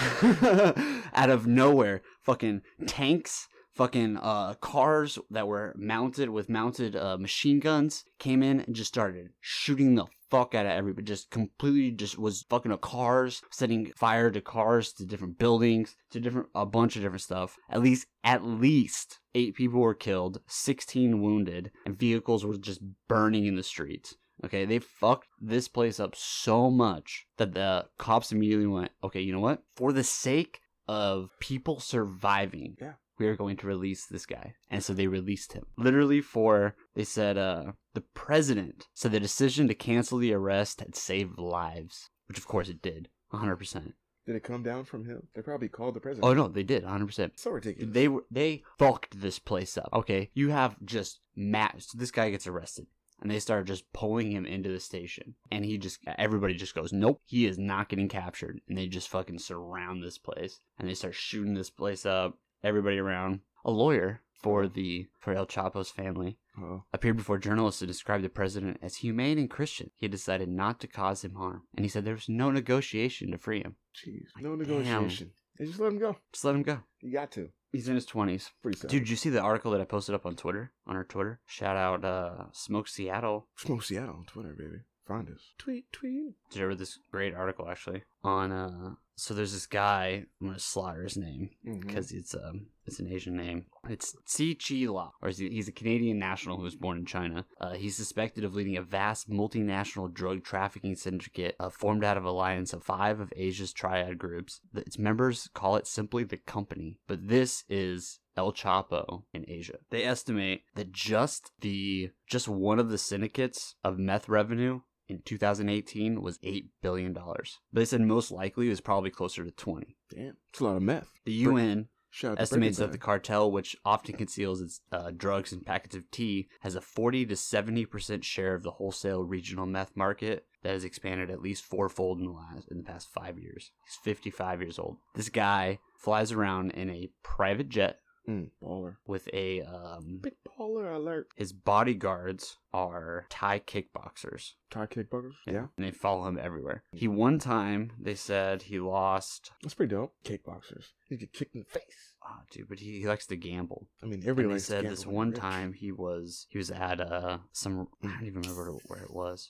out of nowhere. Fucking tanks, fucking uh, cars that were mounted with mounted uh, machine guns came in and just started shooting the fuck out of everybody. Just completely just was fucking up cars, setting fire to cars, to different buildings, to different a bunch of different stuff. At least at least eight people were killed, sixteen wounded, and vehicles were just burning in the streets. Okay, they fucked this place up so much that the cops immediately went, okay, you know what? For the sake of people surviving,
Yeah.
we are going to release this guy. And so they released him. Literally for, they said, uh, the president said the decision to cancel the arrest had saved lives, which of course it did, 100%.
Did it come down from him? They probably called the president.
Oh no, they did, 100%.
So ridiculous.
They were they fucked this place up. Okay, you have just maps. So this guy gets arrested, and they start just pulling him into the station, and he just everybody just goes, nope, he is not getting captured, and they just fucking surround this place, and they start shooting this place up. Everybody around. A lawyer for the for El Chapo's family
Oh,
appeared before journalists to describe the president as humane and Christian. He had decided not to cause him harm, and he said there was no negotiation to free him.
jeez. No
Damn.
negotiation. They just let him go.
Just let him go.
You got to.
He's in his twenties.
Pretty sad.
Dude, did you see the article that I posted up on Twitter? On our Twitter? Shout out uh, Smoke Seattle.
Smoke Seattle on Twitter, baby. Find us. Tweet, tweet.
Did I read this great article actually? On uh so there's this guy, I'm gonna slaughter his name
Mhm.
because it's um it's an Asian name. It's Tsi Chi La, or is he, he's a Canadian national who was born in China. Uh, he's suspected of leading a vast multinational drug trafficking syndicate uh, formed out of alliance of five of Asia's triad groups. The- Its members call it simply the company, but this is El Chapo in Asia. They estimate that just the just one of the syndicates of meth revenue in 2018 was 8 billion dollars. But they said most likely it was probably closer to 20.
Damn. It's a lot of meth.
The
Bur-
UN
Shout out to
estimates that
Breaking
the
Bad.
cartel, which often conceals its uh, drugs in packets of tea, has a 40 to 70% share of the wholesale regional meth market that has expanded at least fourfold in the last in the past five years. He's 55 years old. This guy flies around in a private jet
Mm, baller.
with a um,
Big baller alert.
his bodyguards are Thai kickboxers.
Thai kickboxers. Yeah.
And they follow him everywhere. He one time they said he lost.
That's pretty dope. Kickboxers. You get kicked in the face.
Oh, dude, but he, he likes to gamble.
I mean,
And
everybody
they
likes to
said
gamble
this
when
one
they're rich.
time he was he was at uh some I don't even remember where it was.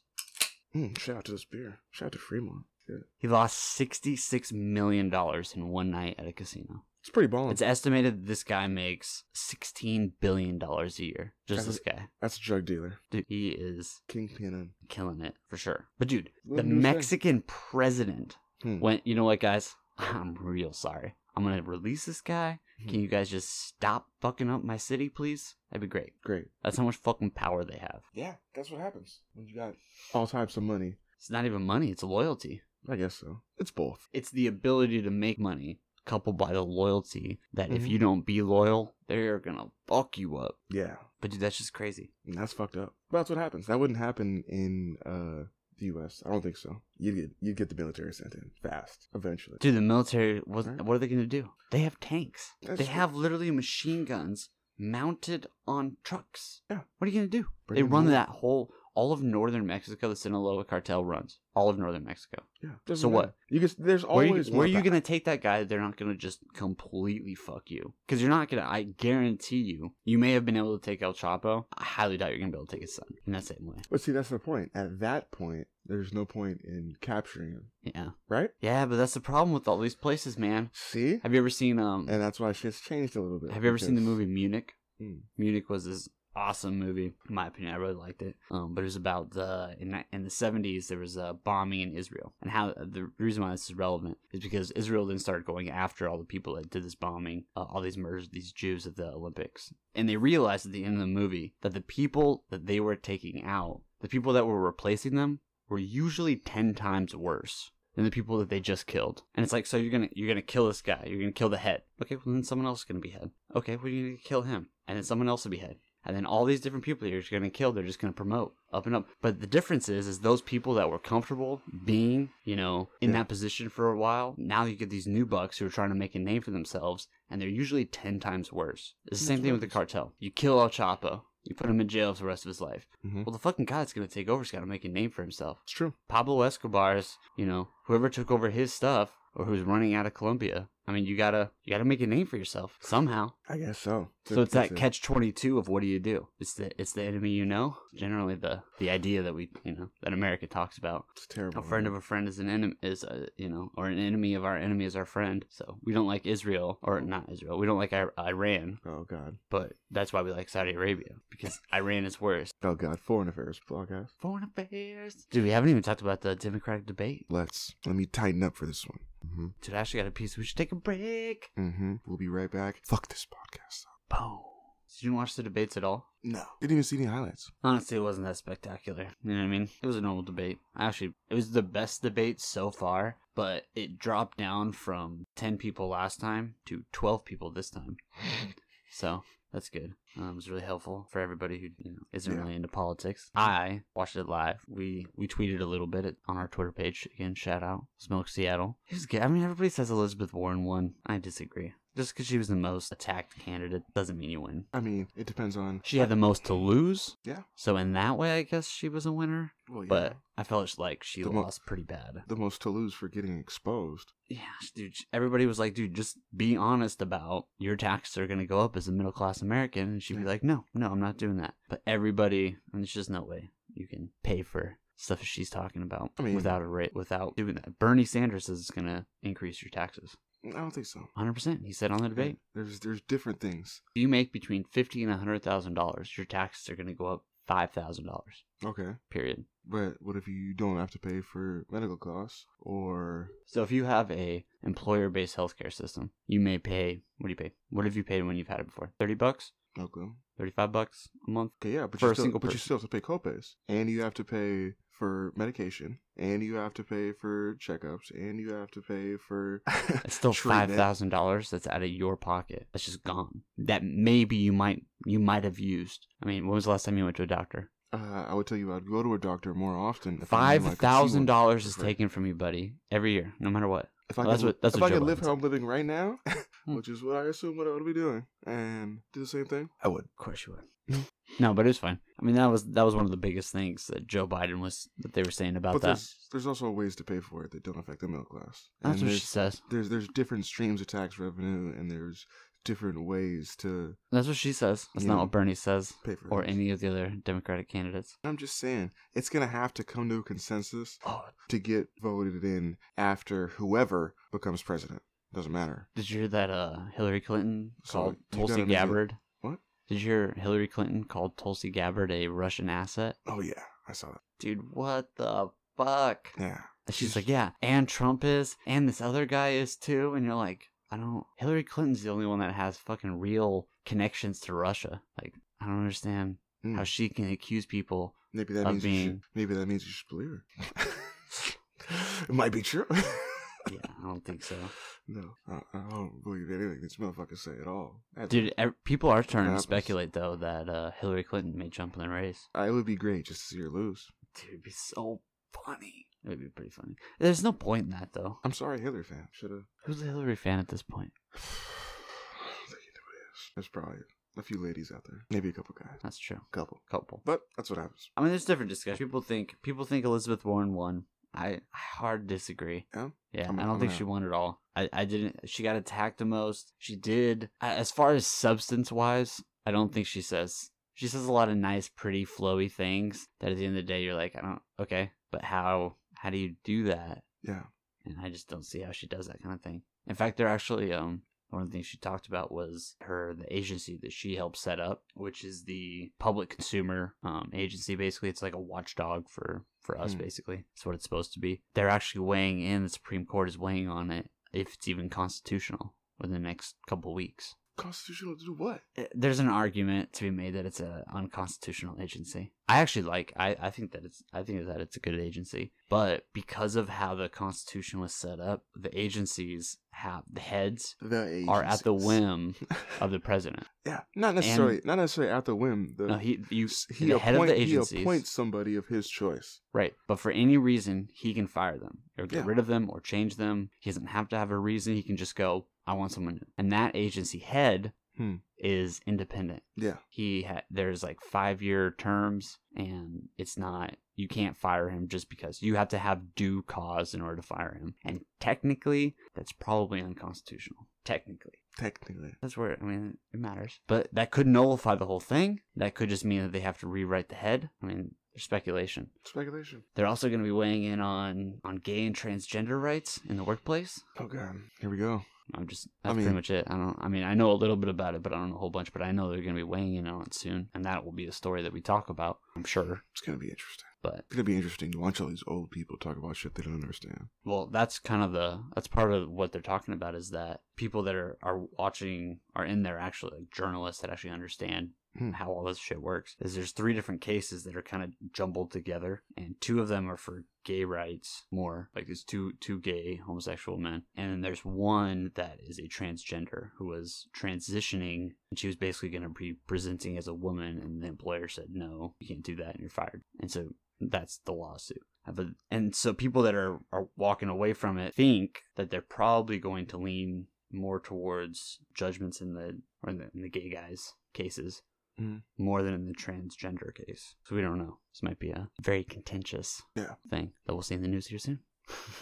Mm, shout out to this beer. Shout out to Fremont. Yeah.
He lost sixty six million dollars in one night at a casino.
It's pretty balling.
It's estimated that this guy makes sixteen billion dollars a year. Just
That's-
this guy,
That's a drug dealer.
dude, he is
Kingpin and
killing it for sure. But dude,
What
the
do you say?
Mexican president
Hmm.
went. You know what, guys? I'm real sorry. I'm gonna release this guy.
Hmm.
Can you guys just stop fucking up my city, please? That'd be great.
Great.
That's how much fucking power they have.
Yeah, that's what happens when you got all types of money.
It's not even money, it's loyalty.
I guess so. It's both.
It's the ability to make money coupled by the loyalty that if
Mhm.
you don't be loyal, they're gonna fuck you up.
Yeah,
But dude, that's just crazy.
and that's fucked up. But that's what happens. That wouldn't happen in uh the U.S. I don't think so. You get you get the military sent in fast eventually.
Dude, the military was
Right.
what are they gonna do? They have tanks.
That's
they
true.
have literally machine guns mounted on trucks.
Yeah.
What are you gonna do?
Bring
they
them
run
home.
that whole all of northern Mexico, the Sinaloa cartel runs. All of northern Mexico.
Yeah.
So what?
matter. You get there's
Where
always
you, where
one
you
back.
gonna take that guy? that They're not gonna just completely fuck you because you're not gonna. I guarantee you, you may have been able to take El Chapo. I highly doubt you're gonna be able to take his son in that same way.
But see, that's the point. At that point, there's no point in capturing him,
Yeah,
right?
yeah, but that's the problem with all these places, man.
See,
Have you ever seen um?
and that's why shit's changed a little bit.
Have you ever seen the
because-
movie Munich?
Hmm.
Munich was this awesome movie in my opinion i really liked it um, but it was about the in, ni- in the 70s there was a bombing in israel and how the reason why this is relevant is because israel then started going after all the people that did this bombing uh, all these murders these jews at the olympics and they realized at the end of the movie that the people that they were taking out the people that were replacing them were usually 10 times worse than the people that they just killed. And it's like, so you're gonna you're gonna kill this guy. You're gonna kill the head. Okay, well then someone else is gonna be head. Okay, well you're gonna kill him, and then someone else will be head. And then all these different people that you're just gonna kill, they're just gonna promote up and up. But the difference is, is those people that were comfortable being, you know, in
Yeah.
that position for a while. Now you get these new bucks who are trying to make a name for themselves, and they're usually ten times worse. It's the same thing with the cartel. You kill El Chapo, you put him in jail for the rest of his life.
Mhm.
Well, the fucking guy that's gonna take over's gotta make a name for himself.
It's true.
Pablo Escobar's, you know, whoever took over his stuff or who's running out of Colombia. I mean, you gotta you gotta make a name for yourself somehow.
I guess so.
So it's that
That's it.
catch twenty two of what do you do? It's the it's the enemy you know. Generally, the the idea that we you know that America talks about.
It's terrible.
A friend of a friend is an enemy is a, you know, or an enemy of our enemy is our friend. So we don't like Israel or not Israel. We don't like Ir- Iran,
Oh God.
but that's why we like Saudi Arabia because Iran is worse.
Oh God. Foreign Affairs podcast.
Foreign affairs, dude. We haven't even talked about the Democratic debate.
Let's let me tighten up for this one. Mm-hmm.
Dude, I actually got a piece. We should take a break.
Mm-hmm. We'll be right back. Fuck this podcast.
Boom. Did you watch the debates at all?
No. Didn't even see any highlights.
Honestly, it wasn't that spectacular. You know what I mean? It was a normal debate. Actually, it was the best debate so far, but it dropped down from 10 people last time to 12 people this time. So that's good. Um, it was really helpful for everybody who you know, isn't
Yeah.
really into politics. I watched it live. We we tweeted a little bit on our Twitter page. Again, shout out Smoke Seattle. It was good. I mean, everybody says Elizabeth Warren won. I disagree. Just because she was the most attacked candidate doesn't mean you win.
I mean, it depends on.
She had the most to lose.
Yeah.
So in that way, I guess she was a winner.
Well, yeah.
But I felt like she
The mo-
lost pretty bad.
the most to lose for getting exposed.
Yeah, dude. Everybody was like, dude, just be honest about your taxes are going to go up as a middle class American. And she'd be
Yeah.
like, no, no, I'm not doing that. But everybody, and there's just no way you can pay for stuff that she's talking about
I mean-
without a rate, without doing that. Bernie Sanders says it's going to increase your taxes.
I don't think so.
100%. He said on the debate.
There's there's different things.
If you make between fifty and hundred thousand dollars, your taxes are going to go up five thousand dollars.
Okay.
Period.
But what if you don't have to pay for medical costs or
So if you have a employer-based healthcare system, you may pay. What do you pay? What have you paid when you've had it before? Thirty bucks,
okay?
thirty-five bucks a month.
Okay, yeah, but
For
you
a
still,
single
but you
person.
still have to pay copays, and you have to pay for medication, and you have to pay for checkups, and you have to pay for. uh,
It's still
treatment.
five thousand dollars that's out of your pocket. That's just gone. That maybe you might you might have used. I mean, when was the last time you went to a doctor?
Uh, I would tell you, I'd go to a doctor more often. if I
Five
knew I could see
thousand
one.
dollars is
for free.
taken from you, buddy, every year, no matter what.
If I
Well, that's
could,
what- that's
if
what
I
Joe
could live
Biden's
how I'm living right now,
Hmm.
which is what I assume what I would be doing, and do the same thing, I would.
Of course you would. no, but it was fine. I mean, that was that was one of the biggest things that Joe Biden was that they were saying about
But
that.
there's there's also ways to pay for it that don't affect the middle class. And
That's what she
there's,
says.
there's there's different streams of tax revenue, and there's different ways to
That's what she says. That's
Yeah.
not what Bernie says.
pay for
or
things.
any of the other Democratic candidates.
I'm just saying, it's going to have to come to a consensus
Oh,
to get voted in after whoever becomes president. Doesn't matter.
did you hear that uh, Hillary Clinton
So,
called
you
Tulsi
gotta visit-
Gabbard?
What?
Did you hear Hillary Clinton called Tulsi Gabbard a Russian asset?
Oh, yeah. I saw that.
Dude, what the fuck?
Yeah.
And she's like, yeah, and Trump is, and this other guy is too. And you're like, I don't. Hillary Clinton's the only one that has fucking real connections to Russia. Like, I don't understand
Mm.
how she can accuse people.
Maybe that
of
means you should,
being-
maybe that means you should believe her. it might be true.
Yeah, I don't think so.
no, I, I don't believe anything these motherfuckers say at all. That's-
Dude, ev- people are starting to
happens.
speculate, though, that uh, Hillary Clinton may jump in the race.
I, it would be great just to see her lose.
Dude, it'd be so funny. It would be pretty funny. There's no point in that though.
I'm sorry, Hillary fan. Should have.
Who's a Hillary fan at this point?
I don't think anybody is. There's probably a few ladies out there. Maybe a couple guys.
That's true.
couple.
Couple.
But that's what happens.
I mean, there's different discussion. People think people think Elizabeth Warren won. I, I hard disagree.
Yeah?
Yeah,
I'm-
I don't
I'm
think
out.
she won at all. I, I didn't. She got attacked the most. She did. I, as far as substance wise, I don't think she says. She says a lot of nice, pretty, flowy things that at the end of the day, you're like, I don't. Okay, but how how do you do that?
Yeah.
and I just don't see how she does that kind of thing. In fact, they're actually um One of the things she talked about was her the agency that she helped set up, which is the public consumer um, agency. Basically, it's like a watchdog for for us.
Hmm.
Basically, that's what it's supposed to be. They're actually weighing in. The Supreme Court is weighing on it if it's even constitutional within the next couple weeks.
Constitutional to do what?
Uh, There's an argument to be made that it's an unconstitutional agency. I actually like. I, I think that it's. I think that it's a good agency, but because of how the Constitution was set up, the agencies have the heads
The
are at the
agencies.
whim of the president.
yeah, not necessarily. not necessarily at the whim. The
No, he you
s- he
the head of the
appoint- he
agencies.
appoints somebody of his choice.
Right. But for any reason, he can fire them or get
Yeah.
rid of them or change them. He doesn't have to have a reason. He can just go, I want someone new. And that agency head
Hmm.
is independent.
Yeah,
He ha- there's like five year terms, and it's not you can't fire him just because you have to have due cause in order to fire him. And technically, that's probably unconstitutional. Technically.
technically.
That's where I mean it matters. But that could nullify the whole thing. That could just mean that they have to rewrite the head. I mean, there's speculation.
Speculation.
They're also going to be weighing in on on gay and transgender rights in the workplace.
Oh god, here we go.
I'm just
I
that's
mean-
pretty much it. I don't. I mean, I know a little bit about it, but I don't know a whole bunch. But I know they're going to be weighing in on it soon, and that will be a story that we talk about. I'm sure.
It's gonna be interesting.
But
It's gonna be interesting to watch all these old people talk about shit they don't understand.
well, that's kind of the that's part of what they're talking about is that people that are are watching are in there actually like journalists that actually understand
Hmm.
how all this shit works is there's three different cases that are kind of jumbled together and two of them are for gay rights more like there's two two gay homosexual men and then there's one that is a transgender who was transitioning and she was basically going to be presenting as a woman and the employer said no you can't do that and you're fired and so that's the lawsuit but, and so people that are, are walking away from it think that they're probably going to lean more towards judgments in the or in the, in the gay guys cases
Mhm.
more than in the transgender case. So we don't know. This might be a very contentious
Yeah.
thing that we'll see in the news here soon.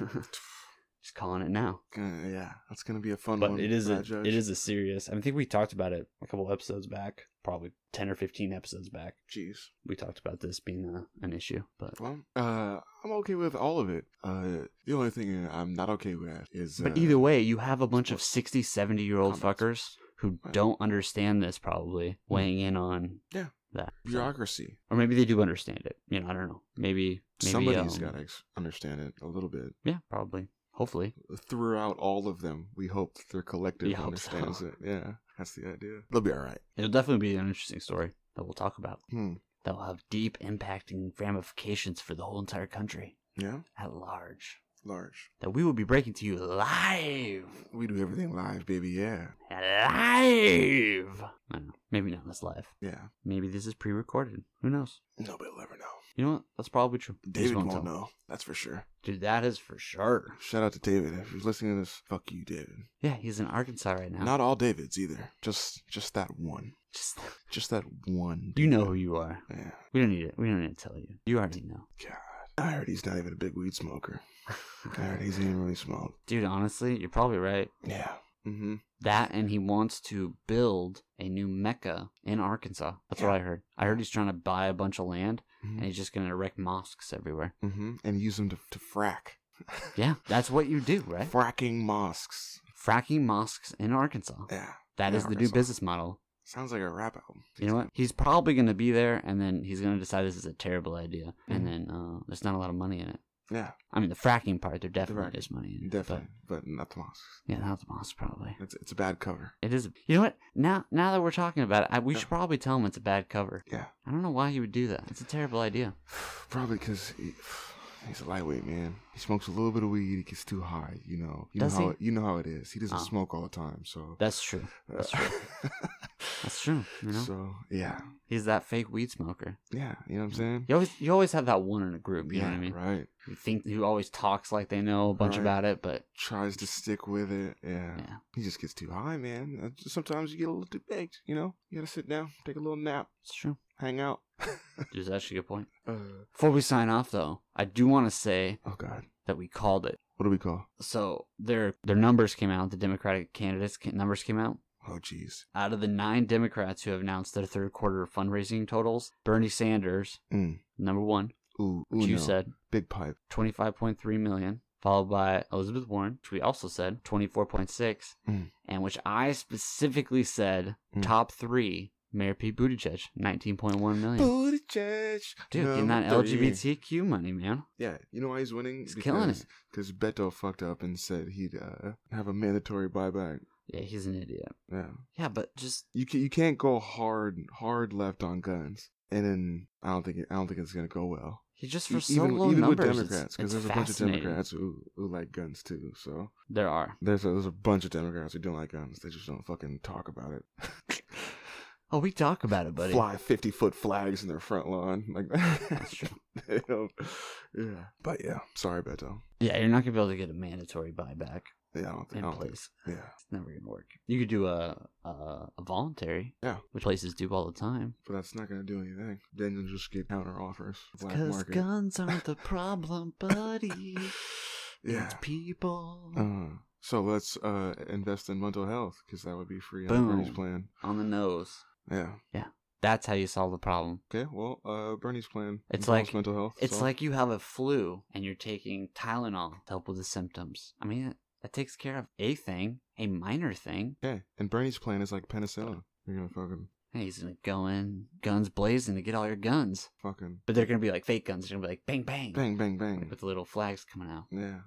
Just calling it now.
Gonna- yeah, that's gonna be a fun one.
But it is
for
a
that judge.
it is a serious. I think we talked about it a couple episodes back, probably ten or fifteen episodes back.
Jeez.
We talked about this being a, an issue, but
Well, uh, I'm okay with all of it. Uh, the only thing I'm not okay with is.
But
uh,
either way, you have a bunch of 60, 70 year old
comments.
fuckers who
Right. Mm-hmm.
don't understand this probably weighing in on
Yeah.
that.
bureaucracy.
Or maybe they do understand it. You know, I don't know. Maybe, maybe
Somebody's
um,
got to ex- understand it a little bit.
Yeah, probably. Hopefully.
Throughout all of them, we hope that their collective
We hope so.
understands it. Yeah, that's the idea. They'll be all right.
It'll definitely be an interesting story that we'll talk about
Hmm.
that will have deep impacting ramifications for the whole entire country
Yeah,
at large.
large.
That we will be breaking to you live.
We do everything live, baby. Yeah,
Live! I don't know. Maybe not this live.
yeah.
Maybe this is pre recorded. Who knows?
Nobody will ever know.
You know what? That's probably true. Just
David
won't
won't,
tell.
know. That's for sure.
Dude, that is for sure.
Shout out to David if you're listening to this. Fuck you, David.
Yeah, he's in Arkansas right now.
Not all Davids either. Just, just that one.
Just,
Just that one.
you know who
David.
you are.
Yeah.
We don't need it. We don't need to tell you. You already know.
God. I heard he's not even a big weed smoker. I heard he's even really small.
Dude, honestly, you're probably right.
Yeah. Mm-hmm.
That and he wants to build a new mecca in Arkansas. That's what I heard. I heard he's trying to buy a bunch of land and
Mm-hmm.
he's just going to erect mosques everywhere.
hmm And use them to, to frack.
Yeah, that's what you do, right?
Fracking mosques.
Fracking mosques in Arkansas.
Yeah.
That
in
is the new
Arkansas.
business model.
Sounds like a rap album.
You know what? He's probably going to be there and then he's going to decide this is a terrible idea.
Mhm.
And then uh, there's not a lot of money in it.
Yeah,
I mean, the fracking part, there definitely
fracking.
is money in it. but-
definitely. But, not the mosques.
yeah, not the mosque, probably.
It's, it's a bad cover.
It is. You know what? Now, now that we're talking about it, I, we
Yeah.
should probably tell him it's a bad cover.
Yeah.
I don't know why he would do that. It's a terrible idea.
Probably because he, he's a lightweight man. He smokes a little bit of weed. He gets too high. You know. You
Does
know how
he?
it- you know how it is. He doesn't
Oh.
smoke all the time. So. uh,
That's true. That's true. That's true. You know,
So yeah,
he's that fake weed smoker.
yeah. You know what I'm saying?
You always, you always have that one in a group. You
yeah.
know what I mean?
Right.
Who think who always talks like they know a bunch
Right.
about it, but
tries to stick with it. Yeah.
Yeah.
He just gets too high, man. Uh, Sometimes you get a little too big, you know? You gotta sit down, take a little nap,
it's true.
hang out.
Dude, That's actually a good point.
Uh,
Before we sign off, though, I do want to say
oh, God.
that we called it.
What do we call?
So their their numbers came out. The Democratic candidates' ca- numbers came out.
Oh, jeez.
out of the nine Democrats who have announced their third quarter fundraising totals, Bernie Sanders,
Mm.
number one,
Ooh, ooh
which you
no.
said
Big pipe.
25.3 million. followed by Elizabeth Warren, which we also said 24.6,
Mm.
and which I specifically said
Mm.
top three Mayor Pete Buttigieg, 19.1 million.
Booty church.
Dude, getting that LGBTQ money, man.
Yeah, you know why he's winning?
He's killing it.
Because 'cause Beto fucked up and said he'd uh, have a mandatory buyback.
Yeah, he's an idiot.
Yeah.
Yeah, but just
you can, you can't go hard hard left on guns, and then I don't think it, I don't think it's gonna go well.
he just
E-
for so low numbers. it's- it's
because there's a bunch of
fascinating.
Democrats who, who like guns too. So
There are.
there's a, there's a bunch of Democrats who don't like guns. They just don't fucking talk about it.
Oh, we talk about it, buddy.
Fly fifty foot flags in their front lawn like
That's true.
they don't- yeah, but yeah, sorry Beto.
Yeah, you're not gonna be able to get a mandatory buyback
Yeah, I don't
in
think. I don't think
place.
yeah,
It's never gonna work. You could do a a, a voluntary,
Yeah.
which places do all the time.
but that's not gonna do anything. Then you'll just get counter offers. Black
Because
market.
guns aren't the problem, buddy.
yeah.
It's people.
Uh, so let's uh, invest in mental health because that would be free on Bernie's
Boom.
plan.
On the nose.
Yeah.
That's how you solve the problem.
Okay. Well, uh, Bernie's plan.
It's
involves
like-
mental health.
It's
so-
like you have a flu and you're taking Tylenol to help with the symptoms. I mean, that, that takes care of a thing, a minor thing.
okay. And Bernie's plan is like penicillin. You're gonna fucking
Hey, he's gonna go in, guns blazing, to get all your guns.
fucking
But they're gonna be like fake guns. They're gonna be like bang, bang,
bang bang bang.
with little flags coming out.
Yeah.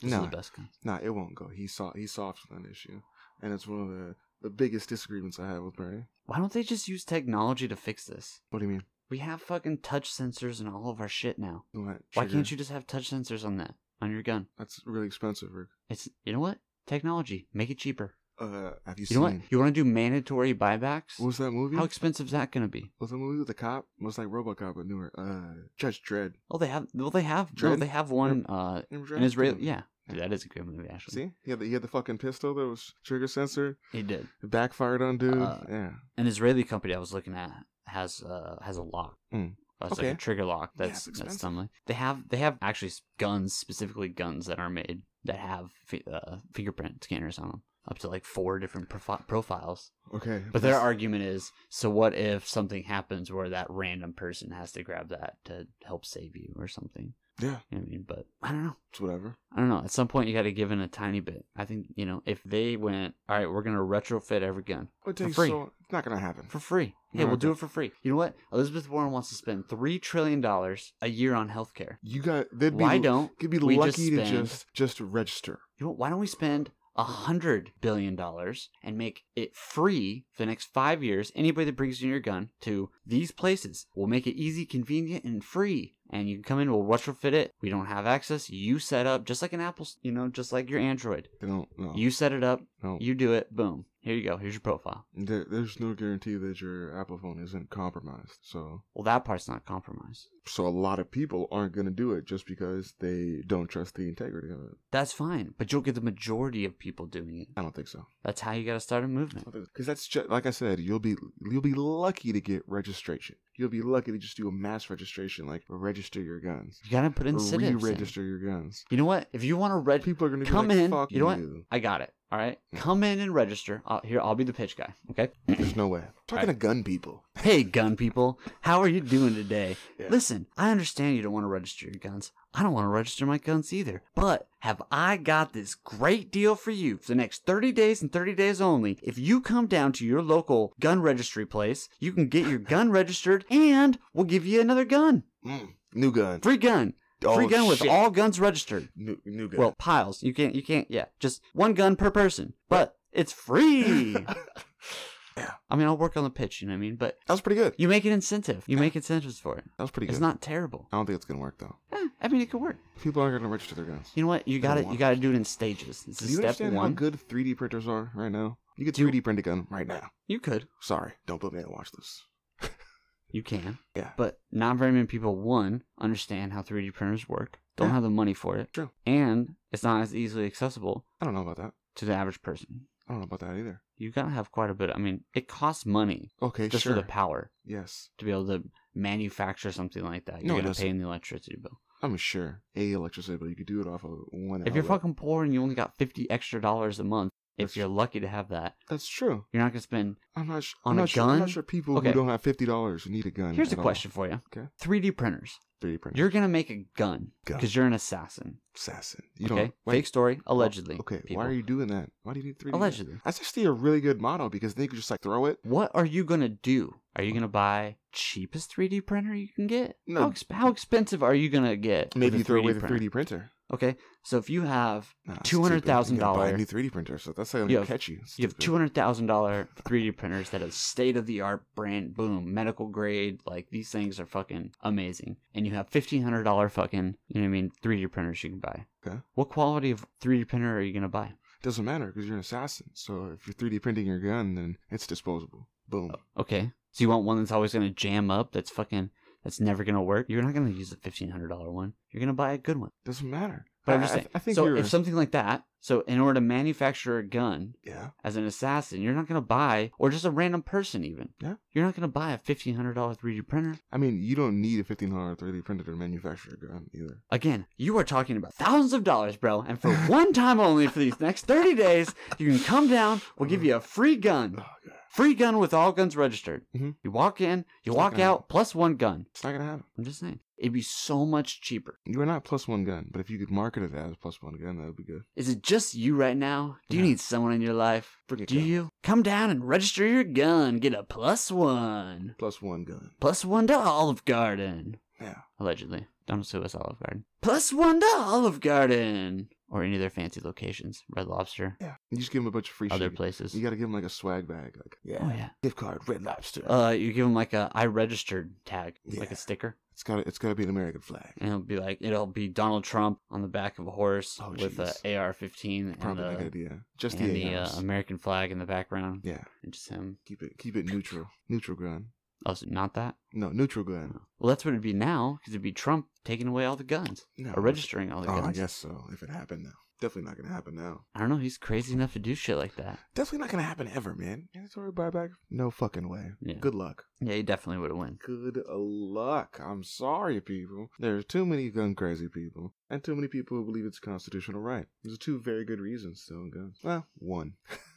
Those are
No,
the best guns.
nah, it won't go. He saw he soft on that issue, and it's one of the the biggest disagreements I have with Bernie.
Why don't they just use technology to fix this?
What do you mean?
We have fucking touch sensors in all of our shit now.
You want
Why
sugar?
can't you just have touch sensors on that on your gun?
That's really expensive, Rick.
It's you know what technology make it cheaper.
Uh, have you,
You
seen?
know what you want to do mandatory buybacks?
What was that movie?
How expensive is that going to be?
was the movie with the cop? It was like RoboCop, but newer. Uh, Judge Dredd.
Oh, they have well they have no,
Dread?
they have one uh
Remember
an
Dredd?
Israeli yeah. Dude, that is a good movie actually.
See, he had the, he had the fucking pistol that was trigger sensor.
He did.
It backfired on dude.
Uh,
yeah,
An Israeli company I was looking at has uh has a lock.
Mm.
That's
Okay.
like a trigger lock.
Yeah,
That's
it's
that's
expensive.
something. They have they have actually s- guns specifically guns that are made that have fi- uh, fingerprint scanners on them. Up to like four different profi- profiles.
okay.
But their argument is so what if something happens where that random person has to grab that to help save you or something?
yeah,
You know what I mean? But I don't know.
it's whatever.
I don't know. At some point, you got to give in a tiny bit. I think you know if they went, all right, we're gonna retrofit every gun
It takes
free.
so it's not gonna happen.
for free. Yeah,
No,
we'll
okay.
do it for free. You know what? Elizabeth Warren wants to spend three trillion dollars a year on healthcare.
You got they'd be
Why don't
you'd be
we
lucky
just
to
spend-
just just register.
You know, why don't we spend a hundred billion dollars and make it free for the next five years? Anybody that brings in your gun to these places, we'll make it easy, convenient, and free. And you can come in, we'll retrofit it. We don't have access. You set up just like an Apple, s- you know, just like your Android.
They don't no
You set it up.
no.
You do it. Boom. Here you go. Here's your profile.
There, there's no guarantee that your Apple phone isn't compromised. So
Well, that part's not compromised.
so a lot of people aren't gonna do it just because they don't trust the integrity of it.
That's fine, but you'll get the majority of people doing it.
I don't think so.
That's how you got to start a movement.
Because that's just like I said, you'll be you'll be lucky to get registration. You'll be lucky to just do a mass registration, like register your guns,
You got to put
or
incentives. in.
re-register your guns.
You know what? If you want to register.
People are gonna be
Come
like,
in.
Fuck
You know what? I got it. All right. Come in and register. I'll, here, I'll be the pitch guy. Okay.
There's no way. Talking to gun people.
hey, gun people. How are you doing today?
Yeah.
Listen, I understand you don't want to register your guns. I don't want to register my guns either. But have I got this great deal for you for the next 30 days and 30 days only? If you come down to your local gun registry place, you can get your gun registered and we'll give you another gun.
Mm, new gun.
Free gun.
Oh,
Free gun with
shit.
all guns registered.
new, new gun.
Well, piles. You can't. You can't. Yeah, just one gun per person. But it's free.
Yeah.
I mean, I'll work on the pitch. You know what I mean? But
that was pretty good.
you make an incentive. You make incentives for it.
That was pretty good.
It's not terrible.
I don't think it's gonna work though.
Eh, I mean, it could work.
People aren't gonna register their guns.
You know what? You got to You got to do it in stages. This
Do
is
you
step
understand how
one.
good 3D printers are right now? You can
Do you-
3D print a gun right now.
You could.
Sorry, don't put me on the watch list.
You can.
Yeah.
But not very many people one understand how 3D printers work. Don't
Yeah.
have the money for it.
True.
And it's not as easily accessible
I don't know about that.
to the average person.
I don't know about that either.
You gotta have quite a bit. I mean, it costs money
Okay,
just
sure.
for the power.
yes,
to be able to manufacture something like that. You're
No, it
gonna
doesn't.
pay in the electricity bill.
I'm sure a electricity, but you could do it off of one.
If you're
outlet.
fucking poor and you only got fifty extra dollars a month, if you're lucky to have that.
That's true.
You're not going to spend.
I'm not, sh-
On
I'm
a
not sure. I'm
gun?
not sure people
Okay.
who don't have fifty dollars need a gun.
Here's a
at all.
question for you.
Okay.
3D printers.
3D printer.
You're going to make a gun
Gun.
because you're an assassin.
assassin. You
okay.
don't wait,
Fake story, allegedly.
Okay.
people.
Why are you doing that? Why do you need 3D? print?
Allegedly.
That's actually a really good model because then you could just like throw it.
What are you going to do? Are you going to buy cheapest 3D printer you can get?
No.
How, exp- how expensive are you going to get? with
Maybe
a
you throw away the
3D printer?
3D printer.
Okay. So if you have
Nah, that's
$200,000
stupid. You gotta buy a new 3D printer, so that's not
You
gonna
have-
catch you. It's
you have
stupid.
two hundred thousand dollar three D printers that are state of the art brand, boom, medical grade, like these things are fucking amazing. And you have fifteen hundred dollar fucking, you know what I mean, three D printers you can buy.
Okay.
What quality of three D printer are you gonna buy?
Doesn't matter because you're an assassin. So if you're 3D printing your gun, then it's disposable. Boom.
Oh. Okay. So you want one that's always gonna jam up? That's fucking. That's never gonna work. You're not gonna use the fifteen hundred dollar one. You're gonna buy a good one.
Doesn't matter.
But I'm
I-
just
I-
saying.
I, think
so
you're.
if something like that, so in order to manufacture a gun,
yeah.
as an assassin, you're not gonna buy, or just a random person even.
Yeah.
You're not gonna buy a fifteen hundred dollar three D printer.
I mean, you don't need a fifteen dollar 3D printer to manufacture a gun either.
Again, you are talking about thousands of dollars, bro, and for one time only for these next thirty days, you can come down. We'll give you a free gun,
Oh, God.
free gun with all guns registered.
Mhm.
You walk in, you
It's not
walk
gonna
out,
happen.
plus one gun.
It's not gonna happen.
I'm just saying, it'd be so much cheaper.
You are not plus one gun, but if you could market it as plus one gun, that would be good.
Is it just you right now? Do you
Yeah.
need someone in your life?
Bring it
Do
down.
you come down and register your gun? Get a plus one.
Plus one gun.
Plus one to Olive Garden.
Yeah.
Allegedly. Don't sue us, Olive Garden. Plus one to Olive Garden. Or any of their fancy locations. Red Lobster.
Yeah. You just give them a bunch of free
Other
shit.
places.
You gotta give them like a swag bag, like yeah,
Oh, yeah.
gift card, Red Lobster.
Uh, you give them like a I registered tag, like
Yeah.
a sticker.
it's gotta, it's gotta be an American flag.
And it'll be like, it'll be Donald Trump on the back of a horse
Oh,
with
jeez.
a AR 15 and
Probably not a good
the,
idea. Just
uh, and
the,
the uh,
ARs.
American flag in the background.
yeah.
And just him.
Keep it, keep it neutral. Neutral gun.
Oh, so not that?
No, neutral gun.
Well, that's what it'd be now, because it'd be Trump taking away all the guns.
No.
Or registering all the
Oh,
guns.
I guess so. If it happened now, definitely not gonna happen now.
I don't know. He's crazy enough to do shit like that.
Definitely not gonna happen ever, man. Mandatory buyback? No fucking way.
Yeah.
Good luck.
Yeah, he definitely would have won.
Good luck. I'm sorry, people. There's too many gun crazy people, and too many people who believe it's a constitutional right. There's two very good reasons to own guns. Well, one.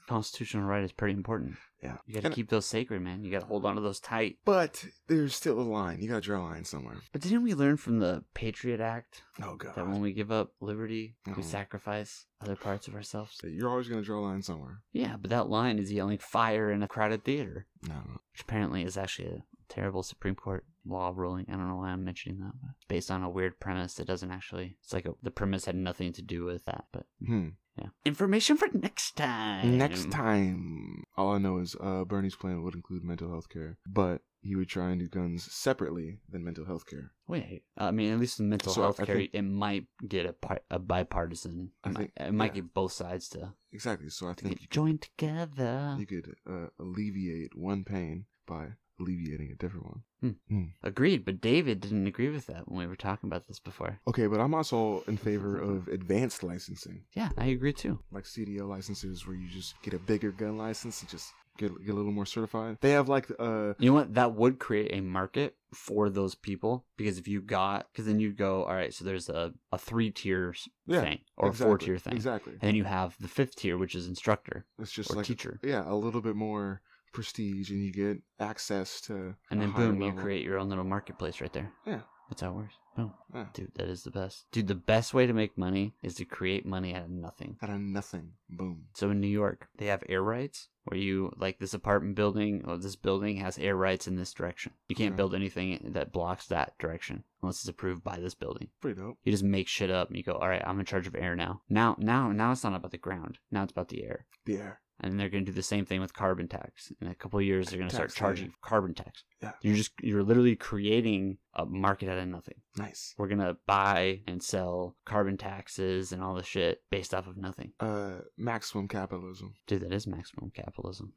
Constitutional right is pretty important.
Yeah.
You got to
And-
keep those sacred, man. You got to hold on to those tight.
But there's still a line. You gotta draw a line somewhere.
But didn't we learn from the Patriot Act
Oh
that when
god.
we give up liberty, we
Mhm.
sacrifice other parts of ourselves?
You're always gonna draw a line somewhere.
Yeah, but that line is yelling fire in a crowded theater,
No.
which apparently is actually a terrible Supreme Court law ruling. I don't know why I'm mentioning that, but it's based on a weird premise that doesn't actually. It's like a, the premise had nothing to do with that, but
Hmm.
yeah. Information for next time.
Next time, all I know is uh, Bernie's plan would include mental health care, but he would try and do guns separately than mental health care.
Wait, I mean, at least in mental
So,
health
I
care,
think-
it might get a, par- a bipartisan.
I
it might-
think-
it might
yeah.
get both sides to,
Exactly. So I
to
think
get joined together.
you could uh, alleviate one pain by alleviating a different one.
Agreed, but David didn't agree with that when we were talking about this before.
Okay, but I'm also in favor of advanced licensing,
Yeah, I agree too.
like CDL licenses, where you just get a bigger gun license and just get, get a little more certified. They have like uh,
You know what? That would create a market for those people because if you got, because then you go, all right, so there's a, a three tier
Yeah,
thing or
exactly,
a four tier thing.
Exactly.
And then you have the fifth tier, which is instructor
It's just
or
like
teacher.
yeah, a little bit more prestige, and you get access to
And
a
then
higher
boom, you
level.
create your own little marketplace right there.
Yeah.
That's how it works. Boom.
Yeah.
Dude, that is the best. Dude, the best way to make money is to create money out of nothing.
out of nothing. Boom.
So in New York, they have air rights where you like this apartment building or this building has air rights in this direction. You can't
Okay.
build anything that blocks that direction unless it's approved by this building.
Pretty dope.
You just make shit up and you go, "All right, I'm in charge of air now." Now, now, now it's not about the ground. Now it's about the air.
The air.
And they're going to do the same thing with carbon tax. In a couple of years, they're going to start
Tax the air.
charging carbon tax.
Yeah.
You're just you're literally creating a market out of nothing
Nice.
we're gonna buy and sell carbon taxes and all this shit based off of nothing.
Uh, maximum capitalism.
Dude, that is maximum capitalism.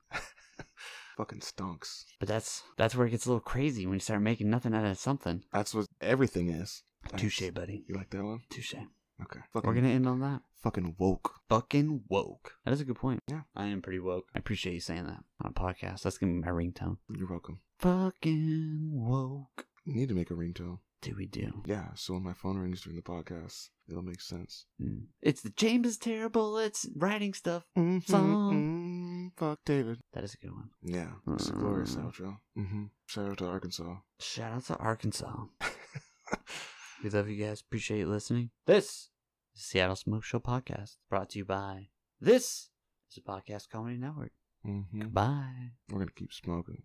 Fucking stonks.
But that's that's where it gets a little crazy when you start making nothing out of something.
That's what everything is. Thanks.
Touche, buddy.
You like that one?
Touche.
Okay. Fucking,
We're gonna end on that.
fucking woke.
Fucking woke. That is a good point.
Yeah.
I am pretty woke. I appreciate you saying that on a podcast. That's gonna be my ringtone.
You're welcome.
Fucking woke.
need to make a ringtone.
Do we do?
Yeah, so when my phone rings during the podcast, it'll make sense.
Mm. It's the James is terrible. It's writing stuff.
Mm-hmm,
Song.
fuck David.
That is a good one.
Yeah, it's a glorious
Mm.
outro. hmm Shout out to Arkansas.
Shout out to Arkansas. we love you guys. Appreciate you listening. This is Seattle Smoke Show podcast brought to you by this is a podcast comedy network.
hmm
Bye.
We're gonna keep smoking.